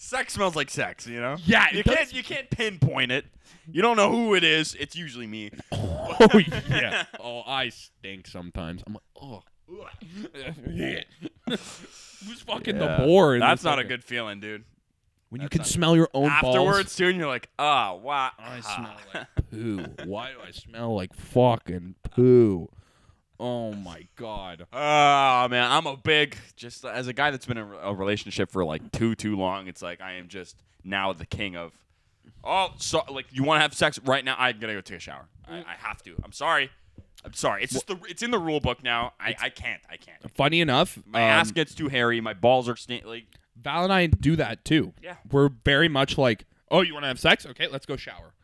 Speaker 2: Sex smells like sex, you know?
Speaker 1: Yeah, it
Speaker 2: You
Speaker 1: does-
Speaker 2: can't you can't pinpoint it. You don't know who it is. It's usually me.
Speaker 1: oh yeah. Oh, I stink sometimes. I'm like, oh. Who's fucking the boar? in
Speaker 2: That's
Speaker 1: this
Speaker 2: not a
Speaker 1: fucking-
Speaker 2: good feeling, dude.
Speaker 1: When you
Speaker 2: that's
Speaker 1: can
Speaker 2: not-
Speaker 1: smell your own balls.
Speaker 2: Afterwards, too, and you're like, ah, wow.
Speaker 1: I smell like poo. Why do I smell like fucking poo? Oh my god.
Speaker 2: Oh man, I'm a big just as a guy that's been in a relationship for like too too long. It's like I am just now the king of. Oh, so like you want to have sex right now? I'm gonna go take a shower. I, I have to. I'm sorry. I'm sorry. It's just the it's in the rule book now. I, I can't. I can't.
Speaker 1: Funny enough,
Speaker 2: My
Speaker 1: um,
Speaker 2: ass gets too hairy. My balls are sna- like.
Speaker 1: Val and I do that too.
Speaker 2: Yeah.
Speaker 1: We're very much like, oh, you want to have sex? Okay, let's go shower.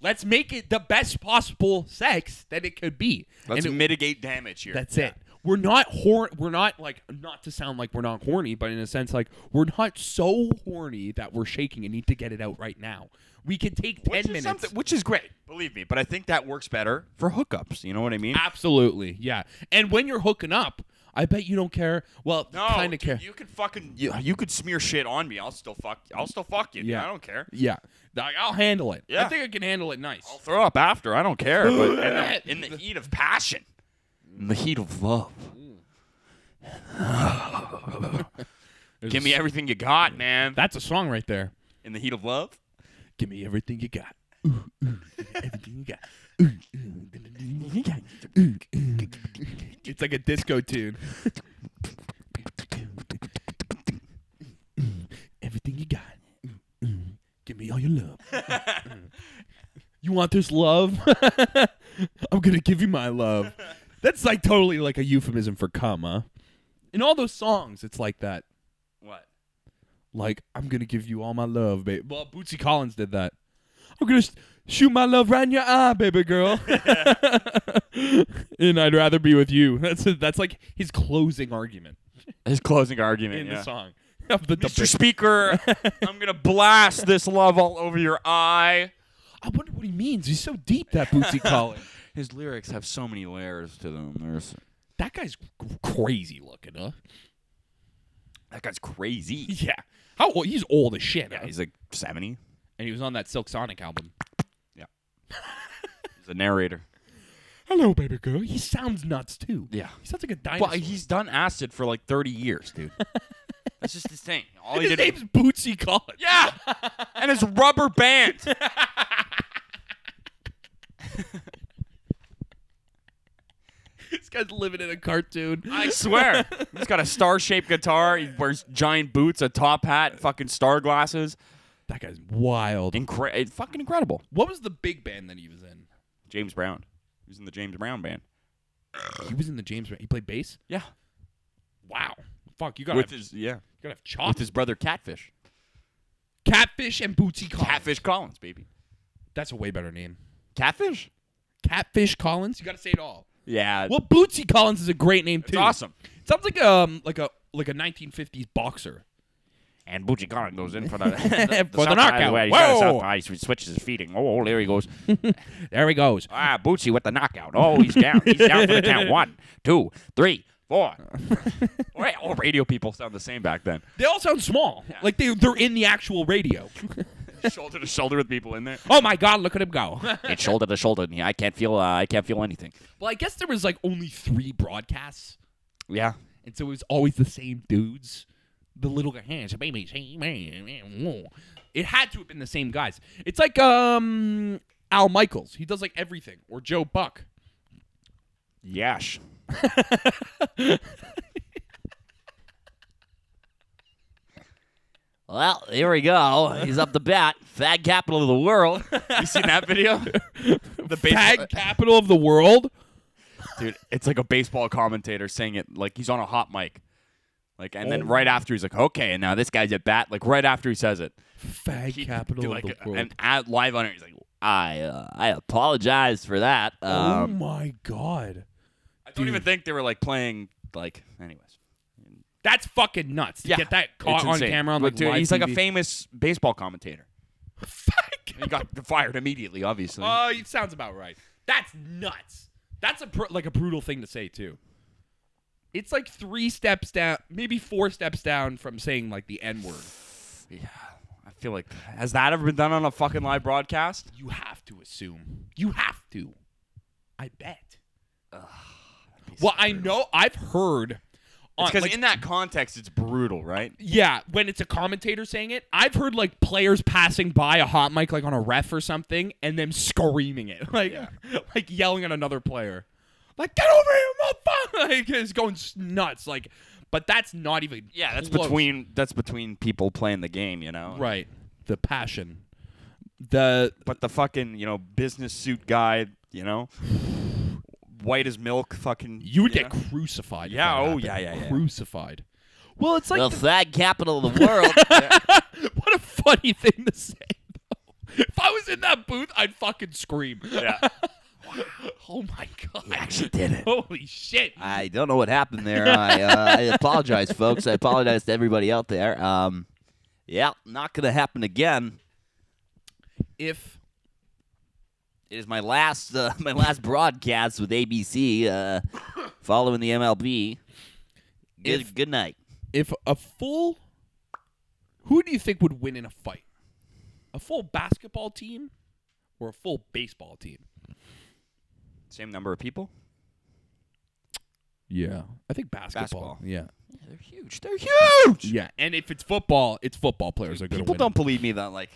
Speaker 1: Let's make it the best possible sex that it could be.
Speaker 2: Let's
Speaker 1: And it-
Speaker 2: mitigate damage here.
Speaker 1: That's it. We're not hor- we're not like not to sound like we're not horny, but in a sense like we're not so horny that we're shaking and need to get it out right now. We could take 10
Speaker 2: Which is
Speaker 1: minutes.
Speaker 2: something- which is great, believe me. But I think that works better for hookups. You know what I mean?
Speaker 1: Ah, Absolutely. Yeah. And when you're hooking up, I bet you don't care. Well,
Speaker 2: No,
Speaker 1: kind of
Speaker 2: dude,
Speaker 1: care.
Speaker 2: You could fucking you, you could smear shit on me. I'll still fuck. I'll still fuck you. dude.
Speaker 1: Yeah.
Speaker 2: I don't care.
Speaker 1: yeah. Like, I'll handle it. I
Speaker 2: Yeah.
Speaker 1: think I can handle it nice.
Speaker 2: I'll throw up after. I don't care. But in, the, in the heat of passion, in the heat of love.
Speaker 1: There's
Speaker 2: Give
Speaker 1: a
Speaker 2: me
Speaker 1: s-
Speaker 2: everything you got, man.
Speaker 1: That's a song right there.
Speaker 2: In the heat of love.
Speaker 1: Give me everything you got. It's like a disco tune.
Speaker 3: Everything you got. Give me all your love. you want this love?
Speaker 1: I'm gonna give you my love. That's like totally like a euphemism for come, huh? In all those songs, it's like that.
Speaker 2: What?
Speaker 1: Like I'm gonna give you all my love, babe. Well, Bootsy Collins did that. I'm gonna s- shoot my love right in your eye, baby girl. and I'd rather be with you. That's that's like his closing argument
Speaker 2: His closing argument.
Speaker 1: in
Speaker 2: yeah.
Speaker 1: the song of the
Speaker 2: Mr.
Speaker 1: debate.
Speaker 2: Speaker, I'm gonna blast this love all over your eye.
Speaker 1: I wonder what he means. He's so deep that Bootsy Collins.
Speaker 2: His lyrics have so many layers to them. There's
Speaker 1: That guy's g- crazy looking, huh?
Speaker 2: that guy's crazy.
Speaker 1: Yeah. How old? He's old as shit.
Speaker 2: Yeah,
Speaker 1: huh?
Speaker 2: he's like seventy.
Speaker 1: and he was on that Silk Sonic album.
Speaker 2: He's a narrator.
Speaker 1: Hello, baby girl. He sounds nuts too.
Speaker 2: Yeah.
Speaker 1: He sounds like a dinosaur.
Speaker 2: But he's done acid for like thirty years, dude. That's just his thing. All he
Speaker 1: his
Speaker 2: did.
Speaker 1: name's Bootsy Collins.
Speaker 2: yeah, and his rubber band.
Speaker 1: This guy's living in a cartoon.
Speaker 2: I swear, he's got a star-shaped guitar. He wears giant boots, a top hat, fucking star glasses.
Speaker 1: that guy's wild.
Speaker 2: Incre- fucking incredible.
Speaker 1: What was the big band that he was in?
Speaker 2: James Brown. He was in the James Brown band.
Speaker 1: He was in the James. Brown- He played bass.
Speaker 2: Yeah,
Speaker 1: Wow. Fuck, you gotta
Speaker 2: with
Speaker 1: have,
Speaker 2: his yeah,
Speaker 1: you gotta have
Speaker 2: with
Speaker 1: chops.
Speaker 2: his brother Catfish.
Speaker 1: Catfish and Bootsy Collins.
Speaker 2: Catfish Collins, baby.
Speaker 1: That's a way better name.
Speaker 2: Catfish?
Speaker 1: Catfish Collins. You gotta say it all.
Speaker 2: Yeah.
Speaker 1: Well, Bootsy Collins is a great name
Speaker 2: it's
Speaker 1: too.
Speaker 2: awesome.
Speaker 1: Sounds like um like a like a 1950s boxer.
Speaker 2: And Bucci Collins goes in for the, the,
Speaker 1: For the
Speaker 2: south
Speaker 1: knockout.
Speaker 2: eye, way. He's got a
Speaker 1: Whoa.
Speaker 2: south eye. He switches his feeding. Oh, there he goes.
Speaker 1: There he goes.
Speaker 2: ah, Bucci with the knockout. Oh, he's down. He's down for the count. One, two, three, four. all, right, all radio people sound the same back then.
Speaker 1: They all sound small. Like they they're in the actual radio.
Speaker 2: Shoulder to shoulder with people in there.
Speaker 1: oh my god, look at him go.
Speaker 2: It's shoulder to shoulder in here. I can't feel. Uh, I can't feel anything.
Speaker 1: well, I guess there was like only 3 broadcasts,
Speaker 2: Yeah.
Speaker 1: and so it was always the same dudes. The little guy, "Hey, it's a baby, say, man, man, whoa." It had to have been the same guys. It's like um Al Michaels. He does like everything or Joe Buck.
Speaker 2: Yash.
Speaker 4: Well, here we go. He's up the bat. Fag capital of the world.
Speaker 2: You seen that video? the
Speaker 1: Tag capital of the world.
Speaker 2: dude. It's like a baseball commentator saying it like he's on a hot mic, like, and
Speaker 4: Oh.
Speaker 2: then right after he's like, "Okay, and now this guy's at bat." Like right after he says it,
Speaker 1: Fag
Speaker 2: He-
Speaker 1: capital
Speaker 2: dude, like,
Speaker 1: of the world.
Speaker 2: And at live on it, he's like,
Speaker 4: I uh, I apologize for that.
Speaker 1: oh
Speaker 4: Um,
Speaker 1: my god.
Speaker 2: "I don't even think they were like playing like." Anyways,
Speaker 1: That's fucking nuts to
Speaker 2: Yeah,
Speaker 1: get that
Speaker 2: It's
Speaker 1: caught on
Speaker 2: insane.
Speaker 1: camera on
Speaker 2: But
Speaker 1: like
Speaker 2: dude,
Speaker 1: live
Speaker 2: he's like a
Speaker 1: TV.
Speaker 2: famous baseball commentator.
Speaker 1: Fag
Speaker 2: He got fired immediately, obviously.
Speaker 1: Oh, it sounds about right. That's nuts. That's a br- like a brutal thing to say too. It's like three steps down, maybe four steps down from saying like the N word.
Speaker 2: yeah, I feel like has that ever been done on a fucking live broadcast?
Speaker 1: You have to assume. You have to. I bet. well, I know I've heard. On,
Speaker 2: Because
Speaker 1: like,
Speaker 2: in that context, it's brutal, right?
Speaker 1: yeah, when it's a commentator saying it, I've heard like players passing by a hot mic, like on a ref or something, and them screaming it, like
Speaker 2: Yeah.
Speaker 1: like yelling at another player, like "Get over here, motherfucker!" Like it's going s- nuts. Like, but that's not even.
Speaker 2: Yeah, that's
Speaker 1: close.
Speaker 2: between that's between people playing the game, you know.
Speaker 1: right the passion, the
Speaker 2: But the fucking, you know, business suit guy, you know, white as milk, fucking.
Speaker 1: you would get
Speaker 2: know?
Speaker 1: crucified. if
Speaker 2: Yeah,
Speaker 1: that
Speaker 2: oh,
Speaker 1: happened.
Speaker 2: yeah, yeah, yeah.
Speaker 1: crucified. Well, it's like
Speaker 4: the
Speaker 1: the-
Speaker 4: fag capital of the world.
Speaker 1: what a funny thing to say. Though. If I was in that booth, I'd fucking scream.
Speaker 2: Yeah.
Speaker 1: Oh my god!
Speaker 4: Actually did it.
Speaker 1: Holy shit!
Speaker 4: I don't know what happened there. I, uh, I apologize, folks. I apologize to everybody out there. Um, yeah, not gonna happen again.
Speaker 1: If
Speaker 4: It is my last uh, my last broadcast with ABC uh, following the MLB. Good
Speaker 1: If-
Speaker 4: good night.
Speaker 1: if a full who do you think would win in a fight a full basketball team or a full baseball team
Speaker 2: Same number of people?
Speaker 1: Yeah, I think basketball.
Speaker 2: Basketball.
Speaker 1: Yeah,
Speaker 2: Yeah, they're huge. They're huge.
Speaker 1: yeah, and if it's football, it's football players are going to
Speaker 2: People
Speaker 1: win.
Speaker 2: don't believe me that like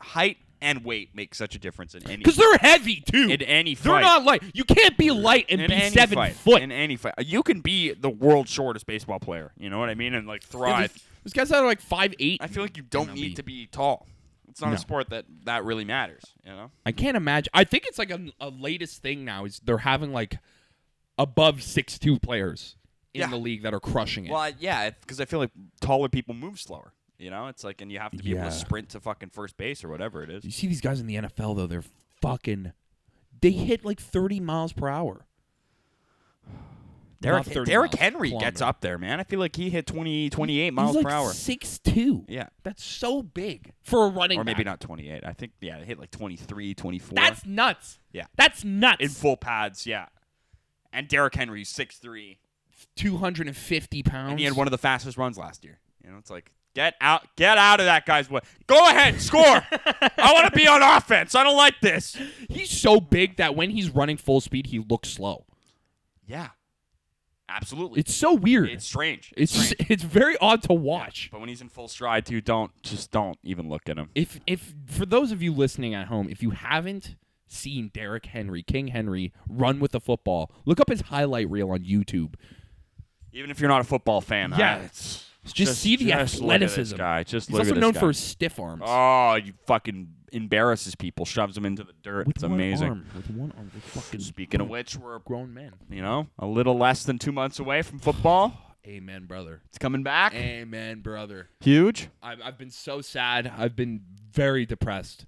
Speaker 2: height and weight make such a difference in any
Speaker 1: because they're heavy too.
Speaker 2: in any fight.
Speaker 1: they're not light. You can't be light and
Speaker 2: in
Speaker 1: be
Speaker 2: any
Speaker 1: seven
Speaker 2: fight.
Speaker 1: foot.
Speaker 2: in any fight. You can be the world's shortest baseball player. You know what I mean? And like
Speaker 1: Yeah,
Speaker 2: thrive.
Speaker 1: this, this guy's out of like five eight.
Speaker 2: I feel like you don't
Speaker 1: I'll be-
Speaker 2: need to be tall. It's not
Speaker 1: No.
Speaker 2: a sport that that really matters. You know.
Speaker 1: I can't imagine. I think it's like a, a latest thing now is they're having like above six two players in
Speaker 2: Yeah.
Speaker 1: the league that are crushing it.
Speaker 2: Well, I- yeah, because I feel like taller people move slower. You know, it's like, and you have to be able
Speaker 1: Yeah.
Speaker 2: to sprint to fucking first base or whatever it
Speaker 1: You
Speaker 2: is.
Speaker 1: see these guys in the NFL though; they're fucking. They hit like thirty miles per hour.
Speaker 2: Derrick,
Speaker 1: Not 30
Speaker 2: Derrick
Speaker 1: miles,
Speaker 2: Henry gets
Speaker 1: kilometer.
Speaker 2: up there, man. I feel like he hit 20, 28 miles
Speaker 1: He's like
Speaker 2: per hour.
Speaker 1: Six two.
Speaker 2: Yeah.
Speaker 1: that's so big for a running.
Speaker 2: Or maybe
Speaker 1: back.
Speaker 2: not 28. I think, yeah, it hit like 23, 24.
Speaker 1: That's nuts.
Speaker 2: Yeah.
Speaker 1: that's nuts.
Speaker 2: in full pads, yeah. And Derrick Henry's 6'3.
Speaker 1: two hundred and fifty pounds.
Speaker 2: And he had one of the fastest runs last year. You know, it's like, get out get out of that guy's way. Go ahead, score. I want to be on offense. I don't like this.
Speaker 1: He's so big that when he's running full speed, he looks slow.
Speaker 2: Yeah. Absolutely.
Speaker 1: It's so weird.
Speaker 2: It's strange. It's,
Speaker 1: it's,
Speaker 2: strange.
Speaker 1: it's very odd to watch.
Speaker 2: But when he's in full stride, too, don't just don't even look at him.
Speaker 1: If if for those of you listening at home, if you haven't seen Derrick Henry, King Henry run with the football, look up his highlight reel on YouTube.
Speaker 2: Even if you're not a football fan. I-
Speaker 1: Yeah.
Speaker 2: it's-
Speaker 1: Just, see the
Speaker 2: just look at this
Speaker 1: athleticism.
Speaker 2: guy. Just
Speaker 1: He's
Speaker 2: look
Speaker 1: also
Speaker 2: at this
Speaker 1: known
Speaker 2: guy.
Speaker 1: for his stiff arms.
Speaker 2: Oh, you fucking embarrasses people, shoves them into the dirt.
Speaker 1: with
Speaker 2: it's
Speaker 1: one
Speaker 2: amazing.
Speaker 1: arm, with one arm, with fucking
Speaker 2: Speaking of which, we're
Speaker 1: grown men.
Speaker 2: you know a little less than two months away from football.
Speaker 1: Amen, brother.
Speaker 2: It's coming back.
Speaker 1: Amen, brother.
Speaker 2: Huge.
Speaker 1: I've, I've been so sad. I've been very depressed.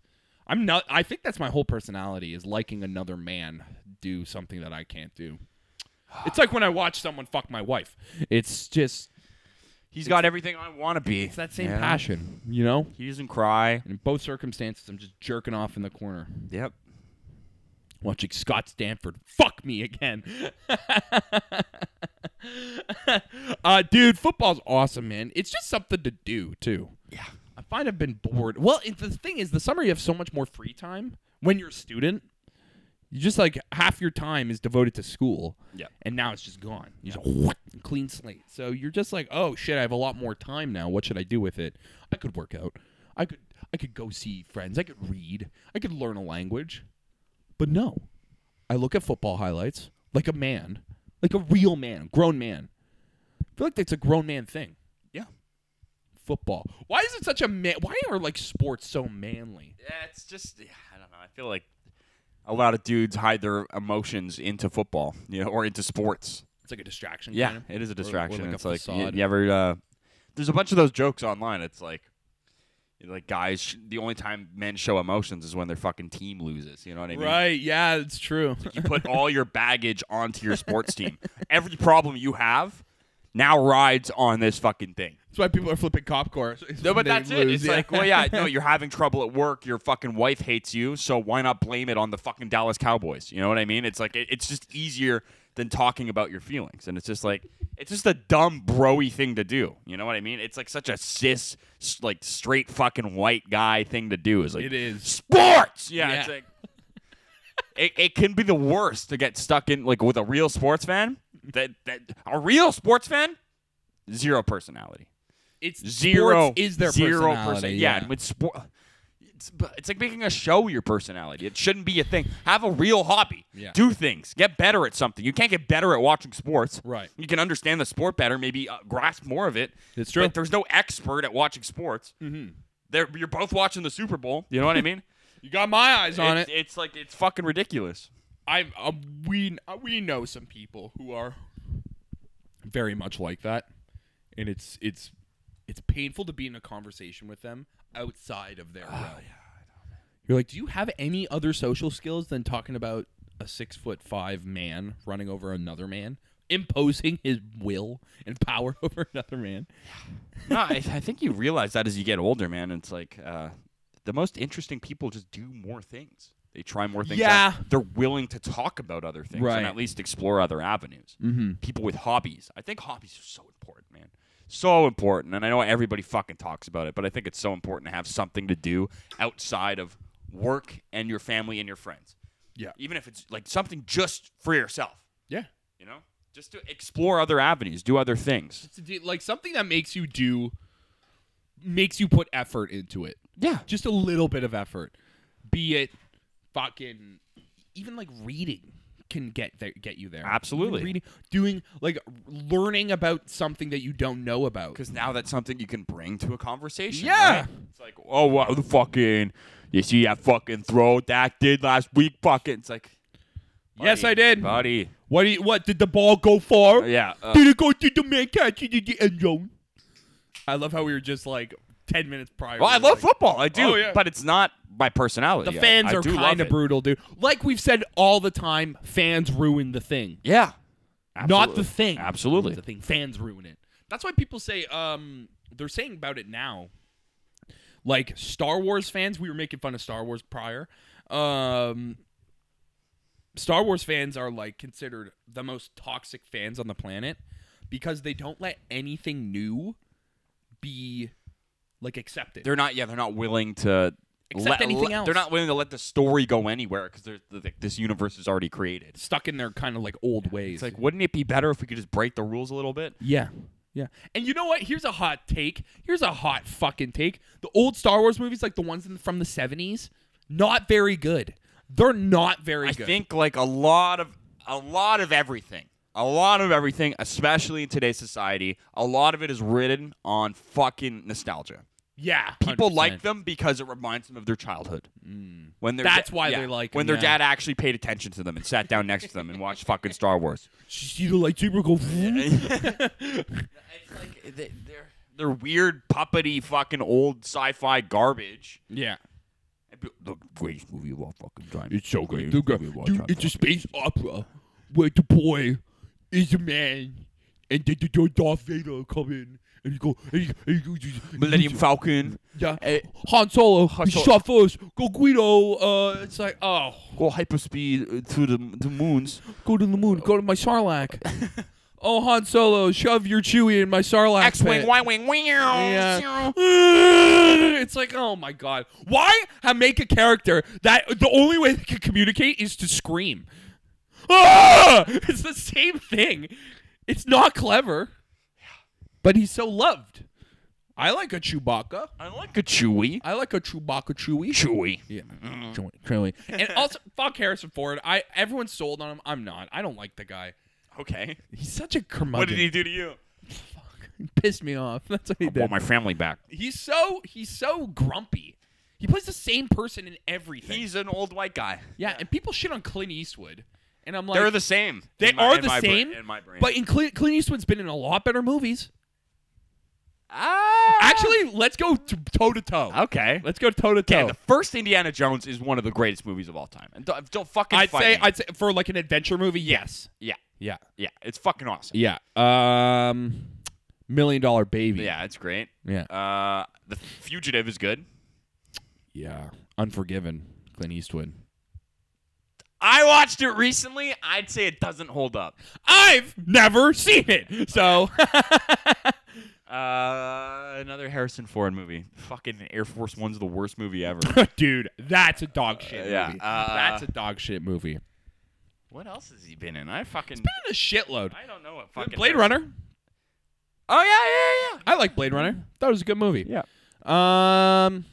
Speaker 1: I'm not. I think that's my whole personality is liking another man do something that I can't do. It's like when I watch someone fuck my wife. It's just
Speaker 2: He's got everything I want to be.
Speaker 1: it's that same
Speaker 2: Yeah.
Speaker 1: passion, you know.
Speaker 2: He doesn't cry.
Speaker 1: And in both circumstances, I'm just jerking off in the corner,
Speaker 2: Yep.
Speaker 1: watching Scott Stanford fuck me again. uh, dude, football's awesome, man. It's just something to do too.
Speaker 2: Yeah.
Speaker 1: I find I've been bored. Well, it, the thing is, the summer you have so much more free time when you're a student. You just like half your time is devoted to school.
Speaker 2: Yeah.
Speaker 1: And now it's just gone. You just whack, clean slate. So you're just like, oh shit, I have a lot more time now. What should I do with it? I could work out. I could I could go see friends. I could read. I could learn a language. But no. I look at football highlights like a man. Like a real man, grown man. I feel like that's a grown man thing
Speaker 2: Yeah.
Speaker 1: football. Why is it such a man? Why are like sports so manly?
Speaker 2: Yeah. It's just yeah, I don't know. I feel like a lot of dudes hide their emotions into football, you know, or into sports.
Speaker 1: It's like a distraction.
Speaker 2: Yeah,
Speaker 1: kinda?
Speaker 2: it is
Speaker 1: Or-
Speaker 2: a
Speaker 1: or
Speaker 2: distraction.
Speaker 1: like a
Speaker 2: it's like y-
Speaker 1: facade.
Speaker 2: you, ever. Uh, there's a bunch of those jokes online. It's like, like guys, sh- the only time men show emotions is when their fucking team loses. You know what I mean?
Speaker 1: Right. Yeah, it's true.
Speaker 2: You put all your baggage onto your sports team. Every problem you have now rides on this fucking thing.
Speaker 1: That's why people are flipping cop cars. is
Speaker 2: No,
Speaker 1: when
Speaker 2: but
Speaker 1: they
Speaker 2: that's it.
Speaker 1: lose,
Speaker 2: It's like, well, yeah, no, you're having trouble at work. Your fucking wife hates you, so why not blame it on the fucking Dallas Cowboys? You know what I mean? It's like it, it's just easier than talking about your feelings, and it's just like it's just a dumb broy thing to do. You know what I mean? It's like such a cis, s- like straight fucking white guy thing to do. Is like
Speaker 1: It is.
Speaker 2: sports. Yeah, it's
Speaker 1: Yeah.
Speaker 2: like it, it can be the worst to get stuck in like with a real sports fan. That that a real sports fan, zero personality
Speaker 1: It's
Speaker 2: zero
Speaker 1: sports is their
Speaker 2: zero
Speaker 1: personality.
Speaker 2: percent. Yeah, and with sport, it's but it's like making a show your personality. It shouldn't be a thing. Have a real hobby.
Speaker 1: Yeah.
Speaker 2: Do things. Get better at something. You can't get better at watching sports.
Speaker 1: Right.
Speaker 2: You can understand the sport better. Maybe uh, grasp more of it.
Speaker 1: It's true.
Speaker 2: But there's no expert at watching sports. Mm-hmm. They're, you're both watching the Super Bowl. You know what I mean?
Speaker 1: you got my eyes on it.
Speaker 2: It's like it's fucking ridiculous.
Speaker 1: I um, we uh, we know some people who are very much like that, and it's it's it's painful to be in a conversation with them outside of their realm. You're like, do you have any other social skills than talking about a six foot five man running over another man, imposing his will and power over another man?
Speaker 2: no, I, I think you realize that as you get older, man. It's like uh, the most interesting people just do more things. They try more things.
Speaker 1: Yeah.
Speaker 2: out. They're willing to talk about other things
Speaker 1: Right.
Speaker 2: and at least explore other avenues. Mm-hmm. People with hobbies. I think hobbies are so important, man. So important. And I know everybody fucking talks about it, but I think it's so important to have something to do outside of work and your family and your friends.
Speaker 1: Yeah.
Speaker 2: Even if it's like something just for yourself,
Speaker 1: Yeah.
Speaker 2: you know? Just to explore other avenues, do other things.
Speaker 1: It's a de- like something that makes you do, makes you put effort into it.
Speaker 2: Yeah.
Speaker 1: Just a little bit of effort, be it fucking even like reading can get there, get you there. Even
Speaker 2: Absolutely.
Speaker 1: reading, doing like learning about something that you don't know about.
Speaker 2: Because now that's something you can bring to a conversation.
Speaker 1: Yeah.
Speaker 2: right? It's like, oh, what the fucking, you see that fucking throw that did last week? Fucking. It's like,
Speaker 1: Yes,
Speaker 2: buddy,
Speaker 1: I did.
Speaker 2: Buddy.
Speaker 1: What? Do you, what did the ball go far?
Speaker 2: Yeah. uh,
Speaker 1: Did it go to the man catch it in the end zone? I love how we were just like ten minutes prior.
Speaker 2: well, I
Speaker 1: we were
Speaker 2: love
Speaker 1: like,
Speaker 2: football. I do.
Speaker 1: Oh, yeah.
Speaker 2: But it's not my personality.
Speaker 1: The
Speaker 2: I-
Speaker 1: fans
Speaker 2: I
Speaker 1: are
Speaker 2: do love
Speaker 1: kind of
Speaker 2: it.
Speaker 1: brutal, dude. Like we've said all the time, fans ruin the thing,
Speaker 2: Yeah.
Speaker 1: not the
Speaker 2: Absolutely.
Speaker 1: thing.
Speaker 2: Absolutely.
Speaker 1: the thing. Fans ruin it. That's why people say um they're saying about it now. Like Star Wars fans, we were making fun of Star Wars prior. Um Star Wars fans are like considered the most toxic fans on the planet because they don't let anything new be like accepted.
Speaker 2: They're not. Yeah, they're not willing to
Speaker 1: Accept
Speaker 2: let-
Speaker 1: anything
Speaker 2: let-
Speaker 1: else.
Speaker 2: They're not willing to let the story go anywhere because this universe is already created.
Speaker 1: stuck in their kind of like old ways.
Speaker 2: It's like, wouldn't it be better if we could just break the rules a little bit?
Speaker 1: Yeah. Yeah. And you know what? Here's a hot take. Here's a hot fucking take. The old Star Wars movies, like the ones in, from the 70s, not very good. They're not very
Speaker 2: I
Speaker 1: good.
Speaker 2: think like a lot of a lot of everything, a lot of everything, especially in today's society, a lot of it is ridden on fucking nostalgia.
Speaker 1: yeah.
Speaker 2: People
Speaker 1: 100%.
Speaker 2: like them because it reminds them of their childhood. When
Speaker 1: Mm.
Speaker 2: their
Speaker 1: That's
Speaker 2: da-
Speaker 1: why
Speaker 2: yeah,
Speaker 1: they like 'em,
Speaker 2: when their
Speaker 1: yeah.
Speaker 2: dad actually paid attention to them and sat down next to them and watched fucking Star Wars.
Speaker 1: See the lightsaber go.
Speaker 2: It's like they, they're they're weird puppety fucking old sci-fi garbage.
Speaker 1: yeah.
Speaker 2: The greatest movie of all fucking time.
Speaker 1: It's so great.
Speaker 2: Greatest
Speaker 1: Dude,
Speaker 2: movie of all time.
Speaker 1: it's a space opera where the boy is a man and then the the Darth Vader come in and he go. And he, and he, go-
Speaker 2: Millennium Falcon.
Speaker 1: Yeah.
Speaker 2: Eh,
Speaker 1: Han Solo. he
Speaker 2: Solo.
Speaker 1: shot first. Go Guido. Uh, it's like, oh.
Speaker 2: Go hyperspeed uh, to the the moons.
Speaker 1: Go to the moon. Go to my Sarlacc. oh, Han Solo, shove your Chewie in my Sarlacc.
Speaker 2: X-wing,
Speaker 1: pit.
Speaker 2: Y-wing, wing.
Speaker 1: Yeah. it's like, oh my god, why ha- make a character that the only way they can communicate is to scream? Ah! It's the same thing. It's not clever, but he's so loved. I like a Chewbacca.
Speaker 2: I like a Chewy.
Speaker 1: I like a Chewbacca Chewie.
Speaker 2: Chewy.
Speaker 1: Yeah,
Speaker 2: Mm.
Speaker 1: Chewie. Chewie. and also, fuck Harrison Ford. I everyone's sold on him. I'm not. I don't like the guy.
Speaker 2: Okay.
Speaker 1: He's such a curmudgeon.
Speaker 2: What did he do to you?
Speaker 1: pissed me off. That's what he
Speaker 2: I
Speaker 1: did.
Speaker 2: want my family back.
Speaker 1: he's so he's so grumpy. He plays the same person in everything.
Speaker 2: He's an old white guy.
Speaker 1: yeah, and people shit on Clint Eastwood, and I'm like,
Speaker 2: They're the same.
Speaker 1: They
Speaker 2: in my-
Speaker 1: are
Speaker 2: in
Speaker 1: the
Speaker 2: my bra-
Speaker 1: same,
Speaker 2: in my brain.
Speaker 1: but in Clint, Clint Eastwood's been in a lot better movies.
Speaker 2: ah,
Speaker 1: Actually, let's go toe to toe.
Speaker 2: okay.
Speaker 1: Let's go toe to
Speaker 2: Yeah,
Speaker 1: toe.
Speaker 2: the first Indiana Jones is one of the greatest movies of all time. And don't, don't fucking
Speaker 1: I'd
Speaker 2: fight
Speaker 1: say
Speaker 2: me.
Speaker 1: I'd say for like an adventure movie, yes.
Speaker 2: yeah,
Speaker 1: Yeah.
Speaker 2: yeah, it's fucking awesome.
Speaker 1: Yeah. Um, Million Dollar Baby.
Speaker 2: Yeah, it's great.
Speaker 1: Yeah.
Speaker 2: Uh, the Fugitive is good.
Speaker 1: Yeah. Unforgiven. Clint Eastwood.
Speaker 2: I watched it recently. I'd say it doesn't hold up.
Speaker 1: I've never seen it, so.
Speaker 2: Uh, another Harrison Ford movie. Fucking Air Force One's the worst movie ever.
Speaker 1: Dude, that's a dog shit
Speaker 2: yeah,
Speaker 1: movie.
Speaker 2: uh,
Speaker 1: that's a dog shit movie.
Speaker 2: what else has he been in? I fucking
Speaker 1: a shitload.
Speaker 2: I don't know what fucking
Speaker 1: Blade
Speaker 2: Harrison-
Speaker 1: Runner.
Speaker 2: Oh yeah, yeah, yeah.
Speaker 1: I like Blade Runner. That was a good movie.
Speaker 2: Yeah.
Speaker 1: Um,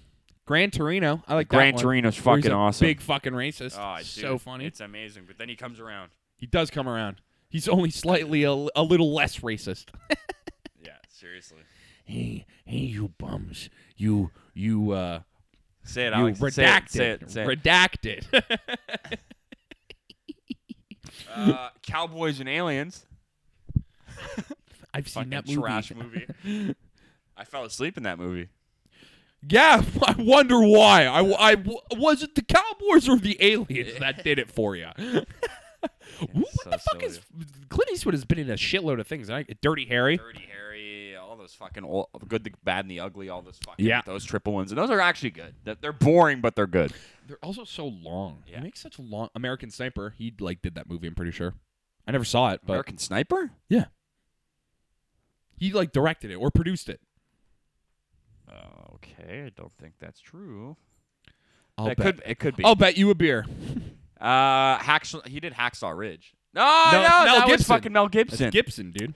Speaker 1: Gran Torino. I like
Speaker 2: Gran
Speaker 1: that one.
Speaker 2: Torino's
Speaker 1: Where he's
Speaker 2: fucking
Speaker 1: a
Speaker 2: awesome.
Speaker 1: Big fucking racist.
Speaker 2: Oh, dude,
Speaker 1: so funny.
Speaker 2: It's amazing, but then he comes around.
Speaker 1: He does come around. He's only slightly a, a little less racist.
Speaker 2: Yeah, seriously.
Speaker 1: hey, hey, you bums. You, you, uh,
Speaker 2: Say it,
Speaker 1: you
Speaker 2: Alex. Say
Speaker 1: redacted.
Speaker 2: it. Say it. Say it.
Speaker 1: redacted.
Speaker 2: Uh, Cowboys and Aliens.
Speaker 1: I've seen
Speaker 2: Fucking
Speaker 1: that movie.
Speaker 2: trash movie. I fell asleep in that movie.
Speaker 1: Yeah, I wonder why. I, I was it the Cowboys or the aliens that did it for you? what
Speaker 2: so
Speaker 1: the fuck
Speaker 2: silly.
Speaker 1: is Clint Eastwood has been in a shitload of things. Right? Dirty Harry.
Speaker 2: Dirty Harry, all those fucking old, good, the bad, and the ugly, all those fucking
Speaker 1: Yeah.
Speaker 2: those triple ones, and those are actually good. They're- They're boring, but they're good.
Speaker 1: They're also so long. He
Speaker 2: Yeah.
Speaker 1: makes such long. American Sniper. He like did that movie. I'm pretty sure. I never saw it, but
Speaker 2: American Sniper.
Speaker 1: he like directed it or produced it.
Speaker 2: Uh, Okay, I don't think that's true.
Speaker 1: I'll
Speaker 2: it
Speaker 1: bet. Oh.
Speaker 2: could it could be.
Speaker 1: I'll bet you a beer.
Speaker 2: Uh, Hacksaw. He did Hacksaw Ridge. No, no,
Speaker 1: Mel
Speaker 2: that was
Speaker 1: Gibson.
Speaker 2: fucking Mel
Speaker 1: That's
Speaker 2: Gibson.
Speaker 1: Gibson, dude.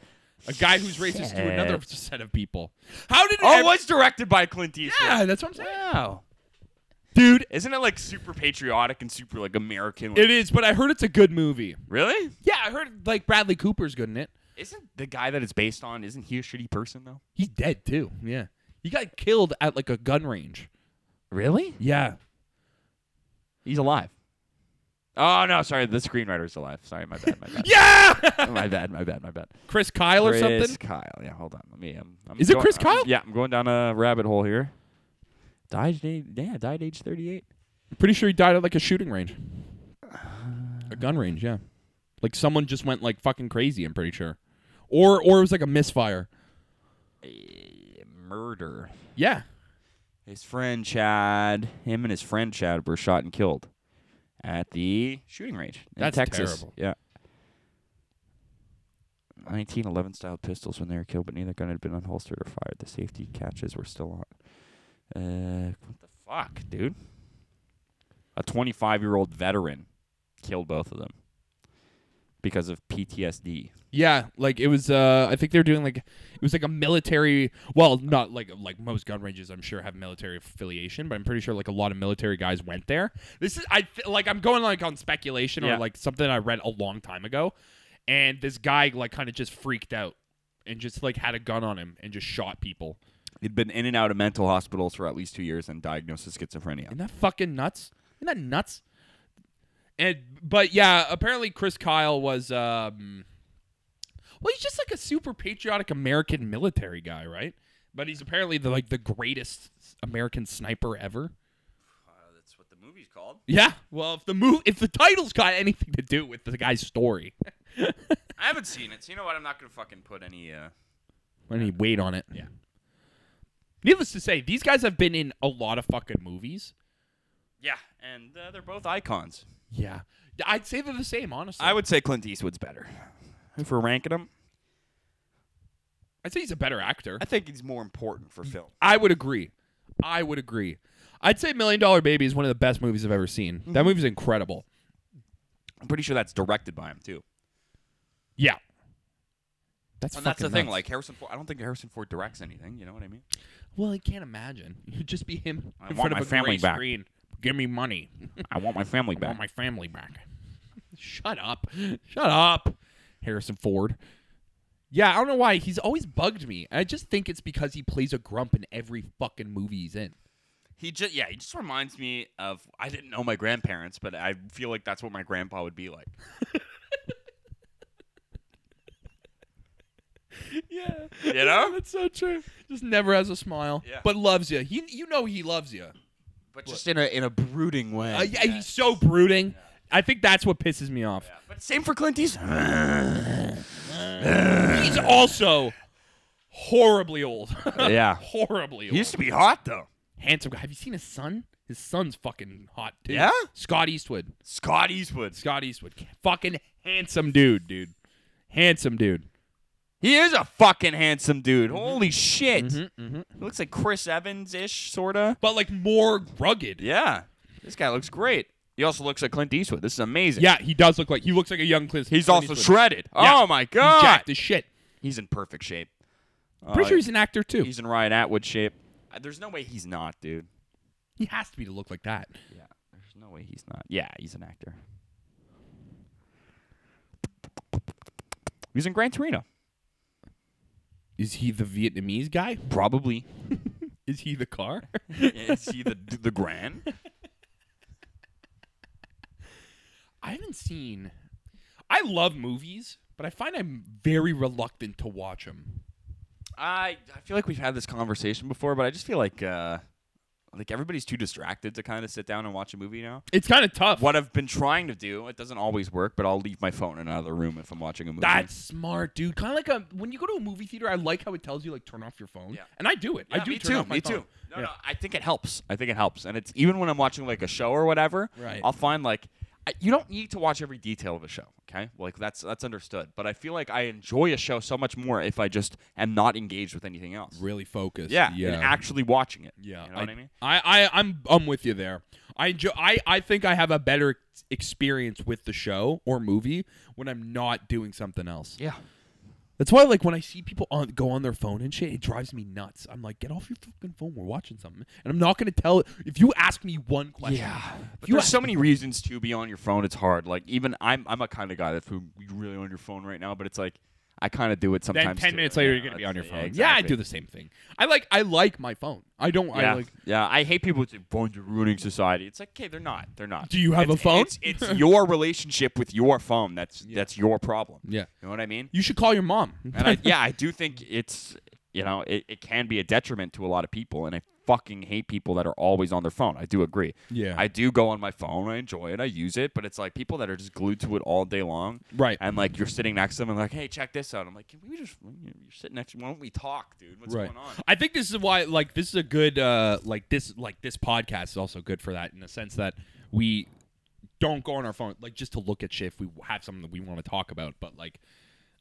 Speaker 1: A guy who's racist to another set of people.
Speaker 2: How did? Oh,
Speaker 1: every-
Speaker 2: it was directed by Clint
Speaker 1: Yeah,
Speaker 2: Eastwood.
Speaker 1: that's what I'm saying.
Speaker 2: Wow.
Speaker 1: Dude,
Speaker 2: Isn't it like super patriotic and super like American? Like,
Speaker 1: it is, but I heard it's a good movie.
Speaker 2: really?
Speaker 1: Yeah, I heard like Bradley Cooper's good in it.
Speaker 2: Isn't the guy that it's based on? Isn't he a shitty person though?
Speaker 1: He's dead too. Yeah. He got killed at like a gun range.
Speaker 2: Really?
Speaker 1: Yeah.
Speaker 2: He's alive. Oh no, sorry, the screenwriter's alive. Sorry, my bad, my bad.
Speaker 1: Yeah.
Speaker 2: My bad, my bad, my bad.
Speaker 1: Chris Kyle or
Speaker 2: Chris
Speaker 1: something.
Speaker 2: Kyle. Yeah, hold on. Let me. Um, I'm
Speaker 1: Is it
Speaker 2: going-
Speaker 1: Chris
Speaker 2: I'm-
Speaker 1: Kyle?
Speaker 2: yeah, I'm going down a rabbit hole here. Died at age, yeah, died age 38.
Speaker 1: I'm pretty sure he died at like a shooting range. A gun range, yeah. Like someone just went like fucking crazy, I'm pretty sure. Or or it was like a misfire.
Speaker 2: Murder.
Speaker 1: Yeah.
Speaker 2: His friend Chad, him and his friend Chad were shot and killed at the shooting range in
Speaker 1: That's
Speaker 2: Texas.
Speaker 1: terrible.
Speaker 2: Yeah. 1911 style pistols when they were killed, but neither gun had been unholstered or fired. The safety catches were still on. Uh, what the fuck, dude? A 25 year old veteran killed both of them because of PTSD.
Speaker 1: Yeah, like it was. Uh, I think they were doing like it was like a military. Well, not like like most gun ranges, I'm sure have military affiliation, but I'm pretty sure like a lot of military guys went there. This is I th- like I'm going like on speculation
Speaker 2: Yeah.
Speaker 1: or like something I read a long time ago, and this guy like kind of just freaked out and just like had a gun on him and just shot people.
Speaker 2: He'd been in and out of mental hospitals for at least two years and diagnosed with schizophrenia.
Speaker 1: Isn't that fucking nuts? Isn't that nuts? And but yeah, apparently Chris Kyle was um well, he's just like a super patriotic American military guy, right? But he's apparently the like the greatest American sniper ever.
Speaker 2: that's what the movie's called.
Speaker 1: Yeah. Well, if the move if the title's got anything to do with the guy's story,
Speaker 2: I haven't seen it, so you know what? I'm not gonna fucking put any. Uh...
Speaker 1: any weight on it. Yeah. Needless to say, these guys have been in a lot of fucking movies.
Speaker 2: Yeah, and uh, they're both icons.
Speaker 1: Yeah. I'd say they're the same, honestly.
Speaker 2: I would say Clint Eastwood's better. If we're ranking them,
Speaker 1: I'd say he's a better actor.
Speaker 2: I think he's more important for film.
Speaker 1: I would agree. I would agree. I'd say Million Dollar Baby is one of the best movies I've ever seen.
Speaker 2: Mhm.
Speaker 1: That movie's incredible.
Speaker 2: I'm pretty sure that's directed by him too.
Speaker 1: Yeah. That's
Speaker 2: And that's the
Speaker 1: fucking
Speaker 2: thing.
Speaker 1: nuts.
Speaker 2: Like Harrison Ford, I don't think Harrison Ford directs anything. You know what I mean?
Speaker 1: well, I can't imagine. It'd just be him
Speaker 2: I
Speaker 1: in front
Speaker 2: want my
Speaker 1: of a
Speaker 2: family
Speaker 1: gray
Speaker 2: back.
Speaker 1: screen. Give me money.
Speaker 2: I want my family
Speaker 1: I want
Speaker 2: back.
Speaker 1: my family back. Shut up. Shut up. Harrison Ford. Yeah, I don't know why he's always bugged me. I just think it's because he plays a grump in every fucking movie he's in.
Speaker 2: he just yeah, he just reminds me of. I didn't know my grandparents, but I feel like that's what my grandpa would be like.
Speaker 1: Yeah.
Speaker 2: You know?
Speaker 1: That's so true. Just never has a smile,
Speaker 2: Yeah.
Speaker 1: but loves you. He, you know, he loves you.
Speaker 2: But just in a in a brooding way.
Speaker 1: Uh, yeah, he's so brooding. I think that's what pisses me off.
Speaker 2: But same for Clint Eastwood.
Speaker 1: He's also horribly old.
Speaker 2: yeah,
Speaker 1: horribly old.
Speaker 2: he used to be hot though.
Speaker 1: handsome guy. Have you seen his son? His son's fucking hot too.
Speaker 2: Yeah?
Speaker 1: Scott Eastwood.
Speaker 2: Scott Eastwood.
Speaker 1: Scott Eastwood. Fucking handsome dude, dude. Handsome dude.
Speaker 2: He is a fucking handsome dude. Holy shit.
Speaker 1: mhm.
Speaker 2: He looks like Chris Evans ish, sorta.
Speaker 1: But like more rugged.
Speaker 2: Yeah. This guy looks great. He also looks like Clint Eastwood. This is amazing.
Speaker 1: Yeah, he does look like he looks like a young Clint.
Speaker 2: He's
Speaker 1: Clint
Speaker 2: also
Speaker 1: Eastwood.
Speaker 2: shredded.
Speaker 1: Yeah.
Speaker 2: Oh my
Speaker 1: He's
Speaker 2: god.
Speaker 1: jacked as shit.
Speaker 2: He's in perfect shape.
Speaker 1: Pretty
Speaker 2: Uh,
Speaker 1: sure he's an actor too.
Speaker 2: he's in Ryan Atwood shape. Uh, There's no way he's not, dude.
Speaker 1: He has to be to look like that.
Speaker 2: Yeah. There's no way he's not. Yeah, he's an actor. He's in Gran Torino.
Speaker 1: Is he the Vietnamese guy?
Speaker 2: Probably.
Speaker 1: Is he the car?
Speaker 2: is he the the Gran?
Speaker 1: I haven't seen. I love movies, but I find I'm very reluctant to watch them.
Speaker 2: I I feel like we've had this conversation before, but I just feel like uh, like everybody's too distracted to kind of sit down and watch a movie now.
Speaker 1: It's kind of tough.
Speaker 2: What I've been trying to do, it doesn't always work, but I'll leave my phone in another room if I'm watching a movie.
Speaker 1: That's smart, dude. Kind of like a when you go to a movie theater, I like how it tells you like turn off your phone,
Speaker 2: Yeah.
Speaker 1: and I do it.
Speaker 2: Yeah,
Speaker 1: I do
Speaker 2: me
Speaker 1: turn
Speaker 2: too.
Speaker 1: off my
Speaker 2: me
Speaker 1: phone.
Speaker 2: too. No,
Speaker 1: Yeah.
Speaker 2: no, I think it helps. I think it helps, and it's even when I'm watching like a show or whatever.
Speaker 1: Right.
Speaker 2: I'll find like I, you don't need to watch every detail of a show. Okay, like that's that's understood. But I feel like I enjoy a show so much more if I just am not engaged with anything else.
Speaker 1: Really focused.
Speaker 2: Yeah,
Speaker 1: yeah,
Speaker 2: and actually watching it.
Speaker 1: yeah.
Speaker 2: you know what I mean.
Speaker 1: I, I, I'm, I'm with you there. I enjoy. I I think I have a better experience with the show or movie when I'm not doing something else.
Speaker 2: Yeah.
Speaker 1: That's why, like, when I see people on go on their phone and shit, it drives me nuts. I'm like, get off your fucking phone. We're watching something, and I'm not gonna tell. If you ask me one question,
Speaker 2: But
Speaker 1: You
Speaker 2: there's
Speaker 1: ask-
Speaker 2: so many reasons to be on your phone. It's hard. Like even I'm, I'm a kind of guy that's who you really on your phone right now. But it's like I kind of do it sometimes.
Speaker 1: then ten
Speaker 2: too.
Speaker 1: minutes later,
Speaker 2: Yeah,
Speaker 1: you're gonna be
Speaker 2: that's-
Speaker 1: on your
Speaker 2: yeah,
Speaker 1: phone. Yeah, I
Speaker 2: exactly.
Speaker 1: do the same thing. I like. I like my phone. I don't.
Speaker 2: Yeah,
Speaker 1: I like.
Speaker 2: yeah. I hate people who say phones are ruining society. It's like, okay, they're not. They're not.
Speaker 1: Do you have a
Speaker 2: It's-
Speaker 1: phone?
Speaker 2: It's, it's your relationship with your phone. That's
Speaker 1: Yeah.
Speaker 2: that's your problem.
Speaker 1: Yeah.
Speaker 2: You know what I mean?
Speaker 1: You should call your mom.
Speaker 2: And I, yeah, I do think it's you know it, it can be a detriment to a lot of people, and I fucking hate people that are always on their phone. I do agree.
Speaker 1: Yeah.
Speaker 2: I do go on my phone. I enjoy it. I use it, but it's like people that are just glued to it all day long.
Speaker 1: Right.
Speaker 2: And like you're sitting next to them and like, hey, check this out. I'm like, can we just? You're sitting next to me. Why don't we talk, dude? What's going on?
Speaker 1: I think this is why like this is a good uh like this like this podcast is also good for that in the sense that we don't go on our phone like just to look at shit if we have something that we want to talk about but like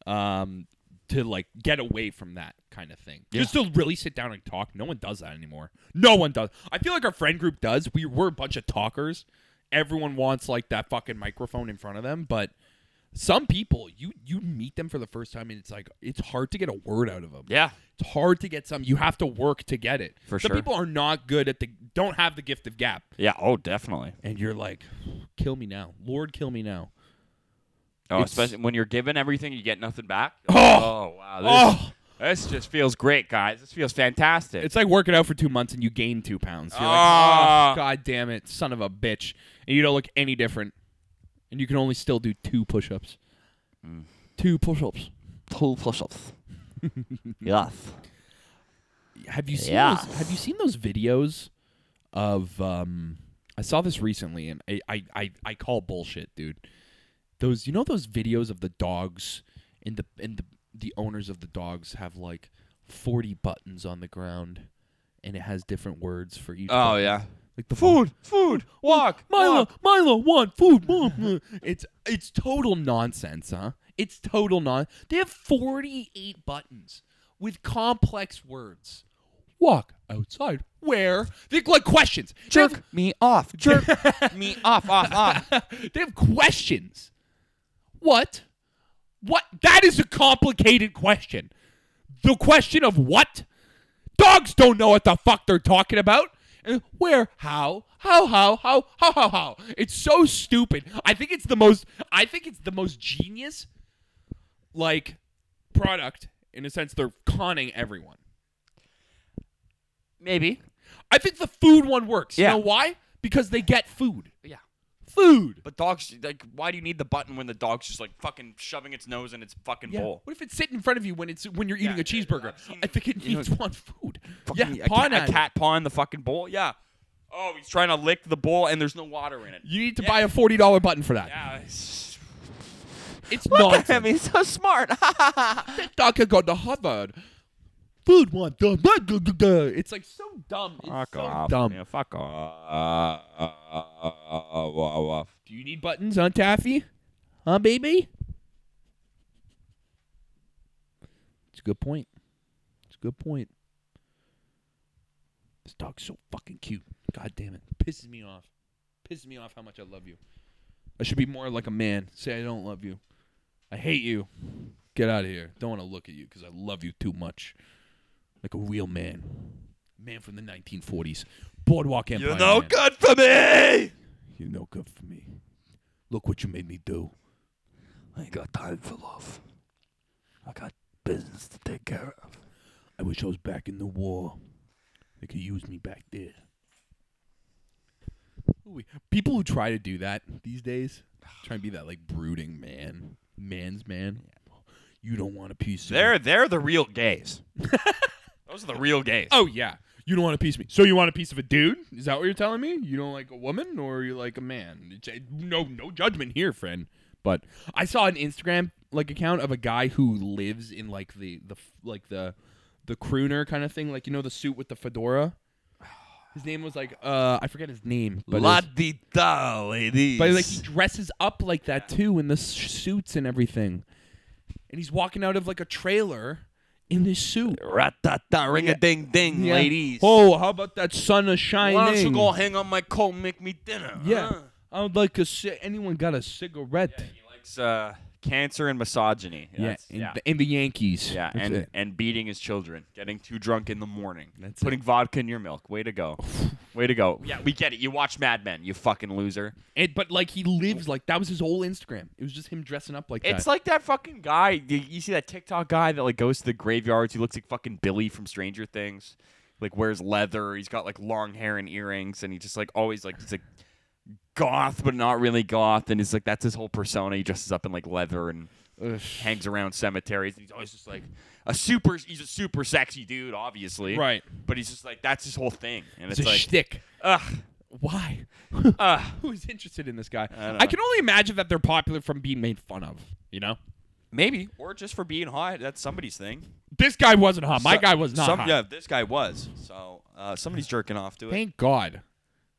Speaker 1: um to like get away from that kind of thing just to really sit down and talk no one does that anymore no one does i feel like our friend group does we were a bunch of talkers everyone wants like that fucking microphone in front of them but some people you you meet them for the first time and it's like it's hard to get a word out of them
Speaker 2: Yeah.
Speaker 1: it's hard to get some. You have to work to get it.
Speaker 2: For
Speaker 1: some
Speaker 2: sure.
Speaker 1: people are not good at the don't have the gift of gap,
Speaker 2: Yeah. Oh, definitely.
Speaker 1: and you're like, kill me now, Lord, kill me now.
Speaker 2: Oh,
Speaker 1: It's-
Speaker 2: especially when you're given everything, you get nothing back.
Speaker 1: Oh!
Speaker 2: wow. This,
Speaker 1: Oh,
Speaker 2: this just feels great, guys. This feels fantastic.
Speaker 1: it's like working out for two months and you gain two pounds. You're like,
Speaker 2: Ah.
Speaker 1: oh, god damn it, son of a bitch, and you don't look any different, and you can only still do two push-ups.
Speaker 2: Mm.
Speaker 1: Two push-ups.
Speaker 4: Two push-ups. yes.
Speaker 1: Have you seen?
Speaker 4: Yeah.
Speaker 1: Those, have you seen those videos of? Um, I saw this recently, and I, I, I, I call bullshit, dude. Those you know those videos of the dogs and the and the the owners of the dogs have like forty buttons on the ground, and it has different words for each.
Speaker 2: oh
Speaker 1: button.
Speaker 2: yeah.
Speaker 1: like the
Speaker 2: Food, food, walk,
Speaker 1: Milo,
Speaker 2: walk.
Speaker 1: Milo, one food. Mom. it's it's total nonsense, huh? It's total non. They have forty eight buttons with complex words. Walk outside. Where? They like questions. They have-
Speaker 2: Jerk me off. Jerk me off, off, off.
Speaker 1: they have questions. What? What? That is a complicated question. The question of what? Dogs don't know what the fuck they're talking about. And where? How? How? How? How? How? How? How? It's so stupid. I think it's the most. I think it's the most genius, like, product in a sense. They're conning everyone.
Speaker 2: Maybe.
Speaker 1: I think the food one works.
Speaker 2: Yeah.
Speaker 1: You know why? Because they get food.
Speaker 2: Yeah.
Speaker 1: Food.
Speaker 2: But dogs, like, why do you need the button when the dog's just like fucking shoving its nose in its fucking
Speaker 1: Yeah.
Speaker 2: bowl?
Speaker 1: What if it's sitting in front of you when it's when you're eating
Speaker 2: Yeah,
Speaker 1: a cheeseburger?
Speaker 2: I've seen-
Speaker 1: I think it
Speaker 2: you know,
Speaker 1: needs one food.
Speaker 2: Fucking
Speaker 1: yeah,
Speaker 2: a,
Speaker 1: pawn
Speaker 2: ca-
Speaker 1: at
Speaker 2: a
Speaker 1: it.
Speaker 2: cat paw in the fucking bowl. Yeah. Oh, he's trying to lick the bowl and there's no water in it.
Speaker 1: You need to
Speaker 2: Yeah.
Speaker 1: buy a forty dollar button for that.
Speaker 2: Yeah. it's-
Speaker 1: It's not.
Speaker 4: he's so smart.
Speaker 1: That dog could go to Harvard. Food one. Duh, duh, duh, duh, duh. It's like so dumb. It's so dumb.
Speaker 2: Yeah, fuck off. Uh, uh, uh, uh, uh, uh, uh.
Speaker 1: Do you need buttons on Taffy? Huh, baby? It's a good point. It's a good point. This dog's so fucking cute. God damn it. Pisses me off. Pisses me off how much I love you. I should be more like a man. Say I don't love you. I hate you. Get out of here. Don't want to look at you because I love you too much. Like a real man. Man from the 1940s. Boardwalk Empire.
Speaker 2: You're no
Speaker 1: man.
Speaker 2: good for me.
Speaker 1: You're no good for me. Look what you made me do.
Speaker 4: I ain't got time for love. I got business to take care of.
Speaker 1: I wish I was back in the war. They could use me back there. People who try to do that these days, try and be that like brooding man, man's man. You don't want a piece of
Speaker 2: They're they're the real gays. Those are the real gays.
Speaker 1: Oh yeah, you don't want a piece of me. So you want a piece of a dude? Is that what you're telling me? You don't like a woman, or you like a man? It's- it- No, no judgment here, friend. But I saw an Instagram like account of a guy who lives in like the the f- like the the crooner kind of thing, like you know the suit with the fedora. His name was like uh I forget his name, but it was-
Speaker 2: di da, ladies.
Speaker 1: but like he dresses up like that too in the s- suits and everything. And he's walking out of like a trailer
Speaker 3: in this suit.
Speaker 2: Ratata, ring a ding ding,
Speaker 3: Yeah.
Speaker 2: ladies.
Speaker 3: Oh, how about that sun of
Speaker 2: Why
Speaker 3: shining?
Speaker 2: don't you go hang on my coat and make me dinner?
Speaker 3: Yeah.
Speaker 2: huh?
Speaker 3: I would like a ci- anyone got a cigarette?
Speaker 2: He likes uh, cancer and misogyny. That's-
Speaker 3: and,
Speaker 2: yeah.
Speaker 3: The, and the Yankees.
Speaker 2: Yeah,
Speaker 3: That's
Speaker 2: and,
Speaker 3: it.
Speaker 2: and beating his children, getting too drunk in the morning,
Speaker 3: That's
Speaker 2: putting vodka in your milk. Way to go, way to go. Yeah, we get it. You watch Mad Men, you fucking loser.
Speaker 1: And, but like he lives like that was his whole Instagram. It was just him dressing up like
Speaker 2: It's
Speaker 1: that.
Speaker 2: like that fucking guy. You you see that TikTok guy that like goes to the graveyards. He looks like fucking Billy from Stranger Things. Like wears leather. He's got like long hair and earrings, and he just like always like he's like goth, but not really goth. And he's like that's his whole persona. He dresses up in like leather and hangs around cemeteries. And he's always just like a super. He's a super sexy dude, obviously.
Speaker 1: Right.
Speaker 2: But he's just like that's his whole thing, and
Speaker 1: it's
Speaker 2: it's,
Speaker 1: a
Speaker 2: like
Speaker 1: shtick.
Speaker 2: ugh,
Speaker 1: Why?
Speaker 2: ugh.
Speaker 1: Who's interested in this guy?
Speaker 2: don't
Speaker 1: I,
Speaker 2: know.
Speaker 1: can only imagine that they're popular from being made fun of. You know,
Speaker 2: Maybe or just for being hot. That's somebody's thing.
Speaker 1: this guy wasn't hot. My
Speaker 2: So-
Speaker 1: guy was not
Speaker 2: some-
Speaker 1: hot.
Speaker 2: Yeah, this guy was. So uh, somebody's jerking off to it.
Speaker 1: Thank God.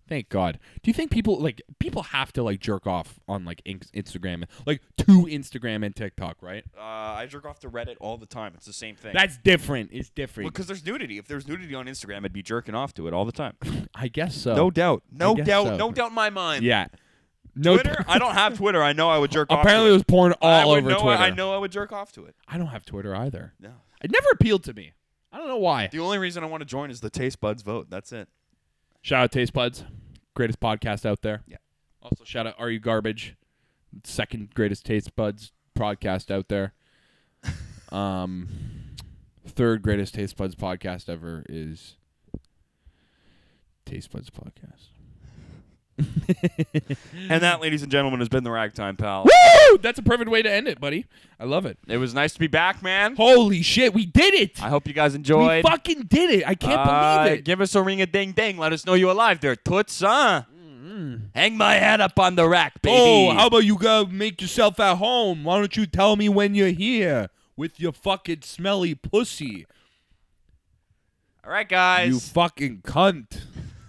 Speaker 1: Thank God. Do you think people like people have to like jerk off on like in- Instagram, like to Instagram and TikTok, right?
Speaker 2: Uh, I jerk off to Reddit all the time. It's the same thing.
Speaker 1: That's different. It's different.
Speaker 2: because there's nudity. If there's nudity on Instagram, I'd be jerking off to it all the time.
Speaker 1: I guess so.
Speaker 2: No doubt. No
Speaker 1: guess
Speaker 2: doubt.
Speaker 1: so.
Speaker 2: No doubt in my mind.
Speaker 1: Yeah. No.
Speaker 2: Twitter. I don't have Twitter. I know I would jerk off.
Speaker 1: Apparently,
Speaker 2: to
Speaker 1: it
Speaker 2: it.
Speaker 1: was porn
Speaker 2: I
Speaker 1: all
Speaker 2: would
Speaker 1: over
Speaker 2: know,
Speaker 1: Twitter.
Speaker 2: I know I would jerk off to it.
Speaker 1: I don't have Twitter either.
Speaker 2: No.
Speaker 1: It never appealed to me. I don't know why.
Speaker 2: The only reason I want to join is the taste buds vote. That's it.
Speaker 1: Shout out Taste Buds, greatest podcast out there.
Speaker 2: Yeah.
Speaker 1: Also shout out Are You Garbage, second greatest Taste Buds podcast out there. um, third greatest Taste Buds podcast ever is Taste Buds podcast.
Speaker 2: And that, ladies and gentlemen, has been the Ragtime Pal.
Speaker 1: Woo! That's a perfect way to end it, buddy. I love it.
Speaker 2: It was nice to be back, man.
Speaker 1: Holy shit, we did it!
Speaker 2: I hope you guys
Speaker 1: we
Speaker 2: enjoyed.
Speaker 1: fucking did it. I can't
Speaker 2: Uh,
Speaker 1: believe it.
Speaker 2: Give us a ring a ding ding. Let us know you're alive there, Toots, huh? Hang my head up on the rack, baby.
Speaker 1: Mm-hmm. Oh, how about you go make yourself at home? Why don't you tell me when you're here with your fucking smelly pussy?
Speaker 2: All right,
Speaker 1: You
Speaker 2: guys.
Speaker 1: fucking cunt.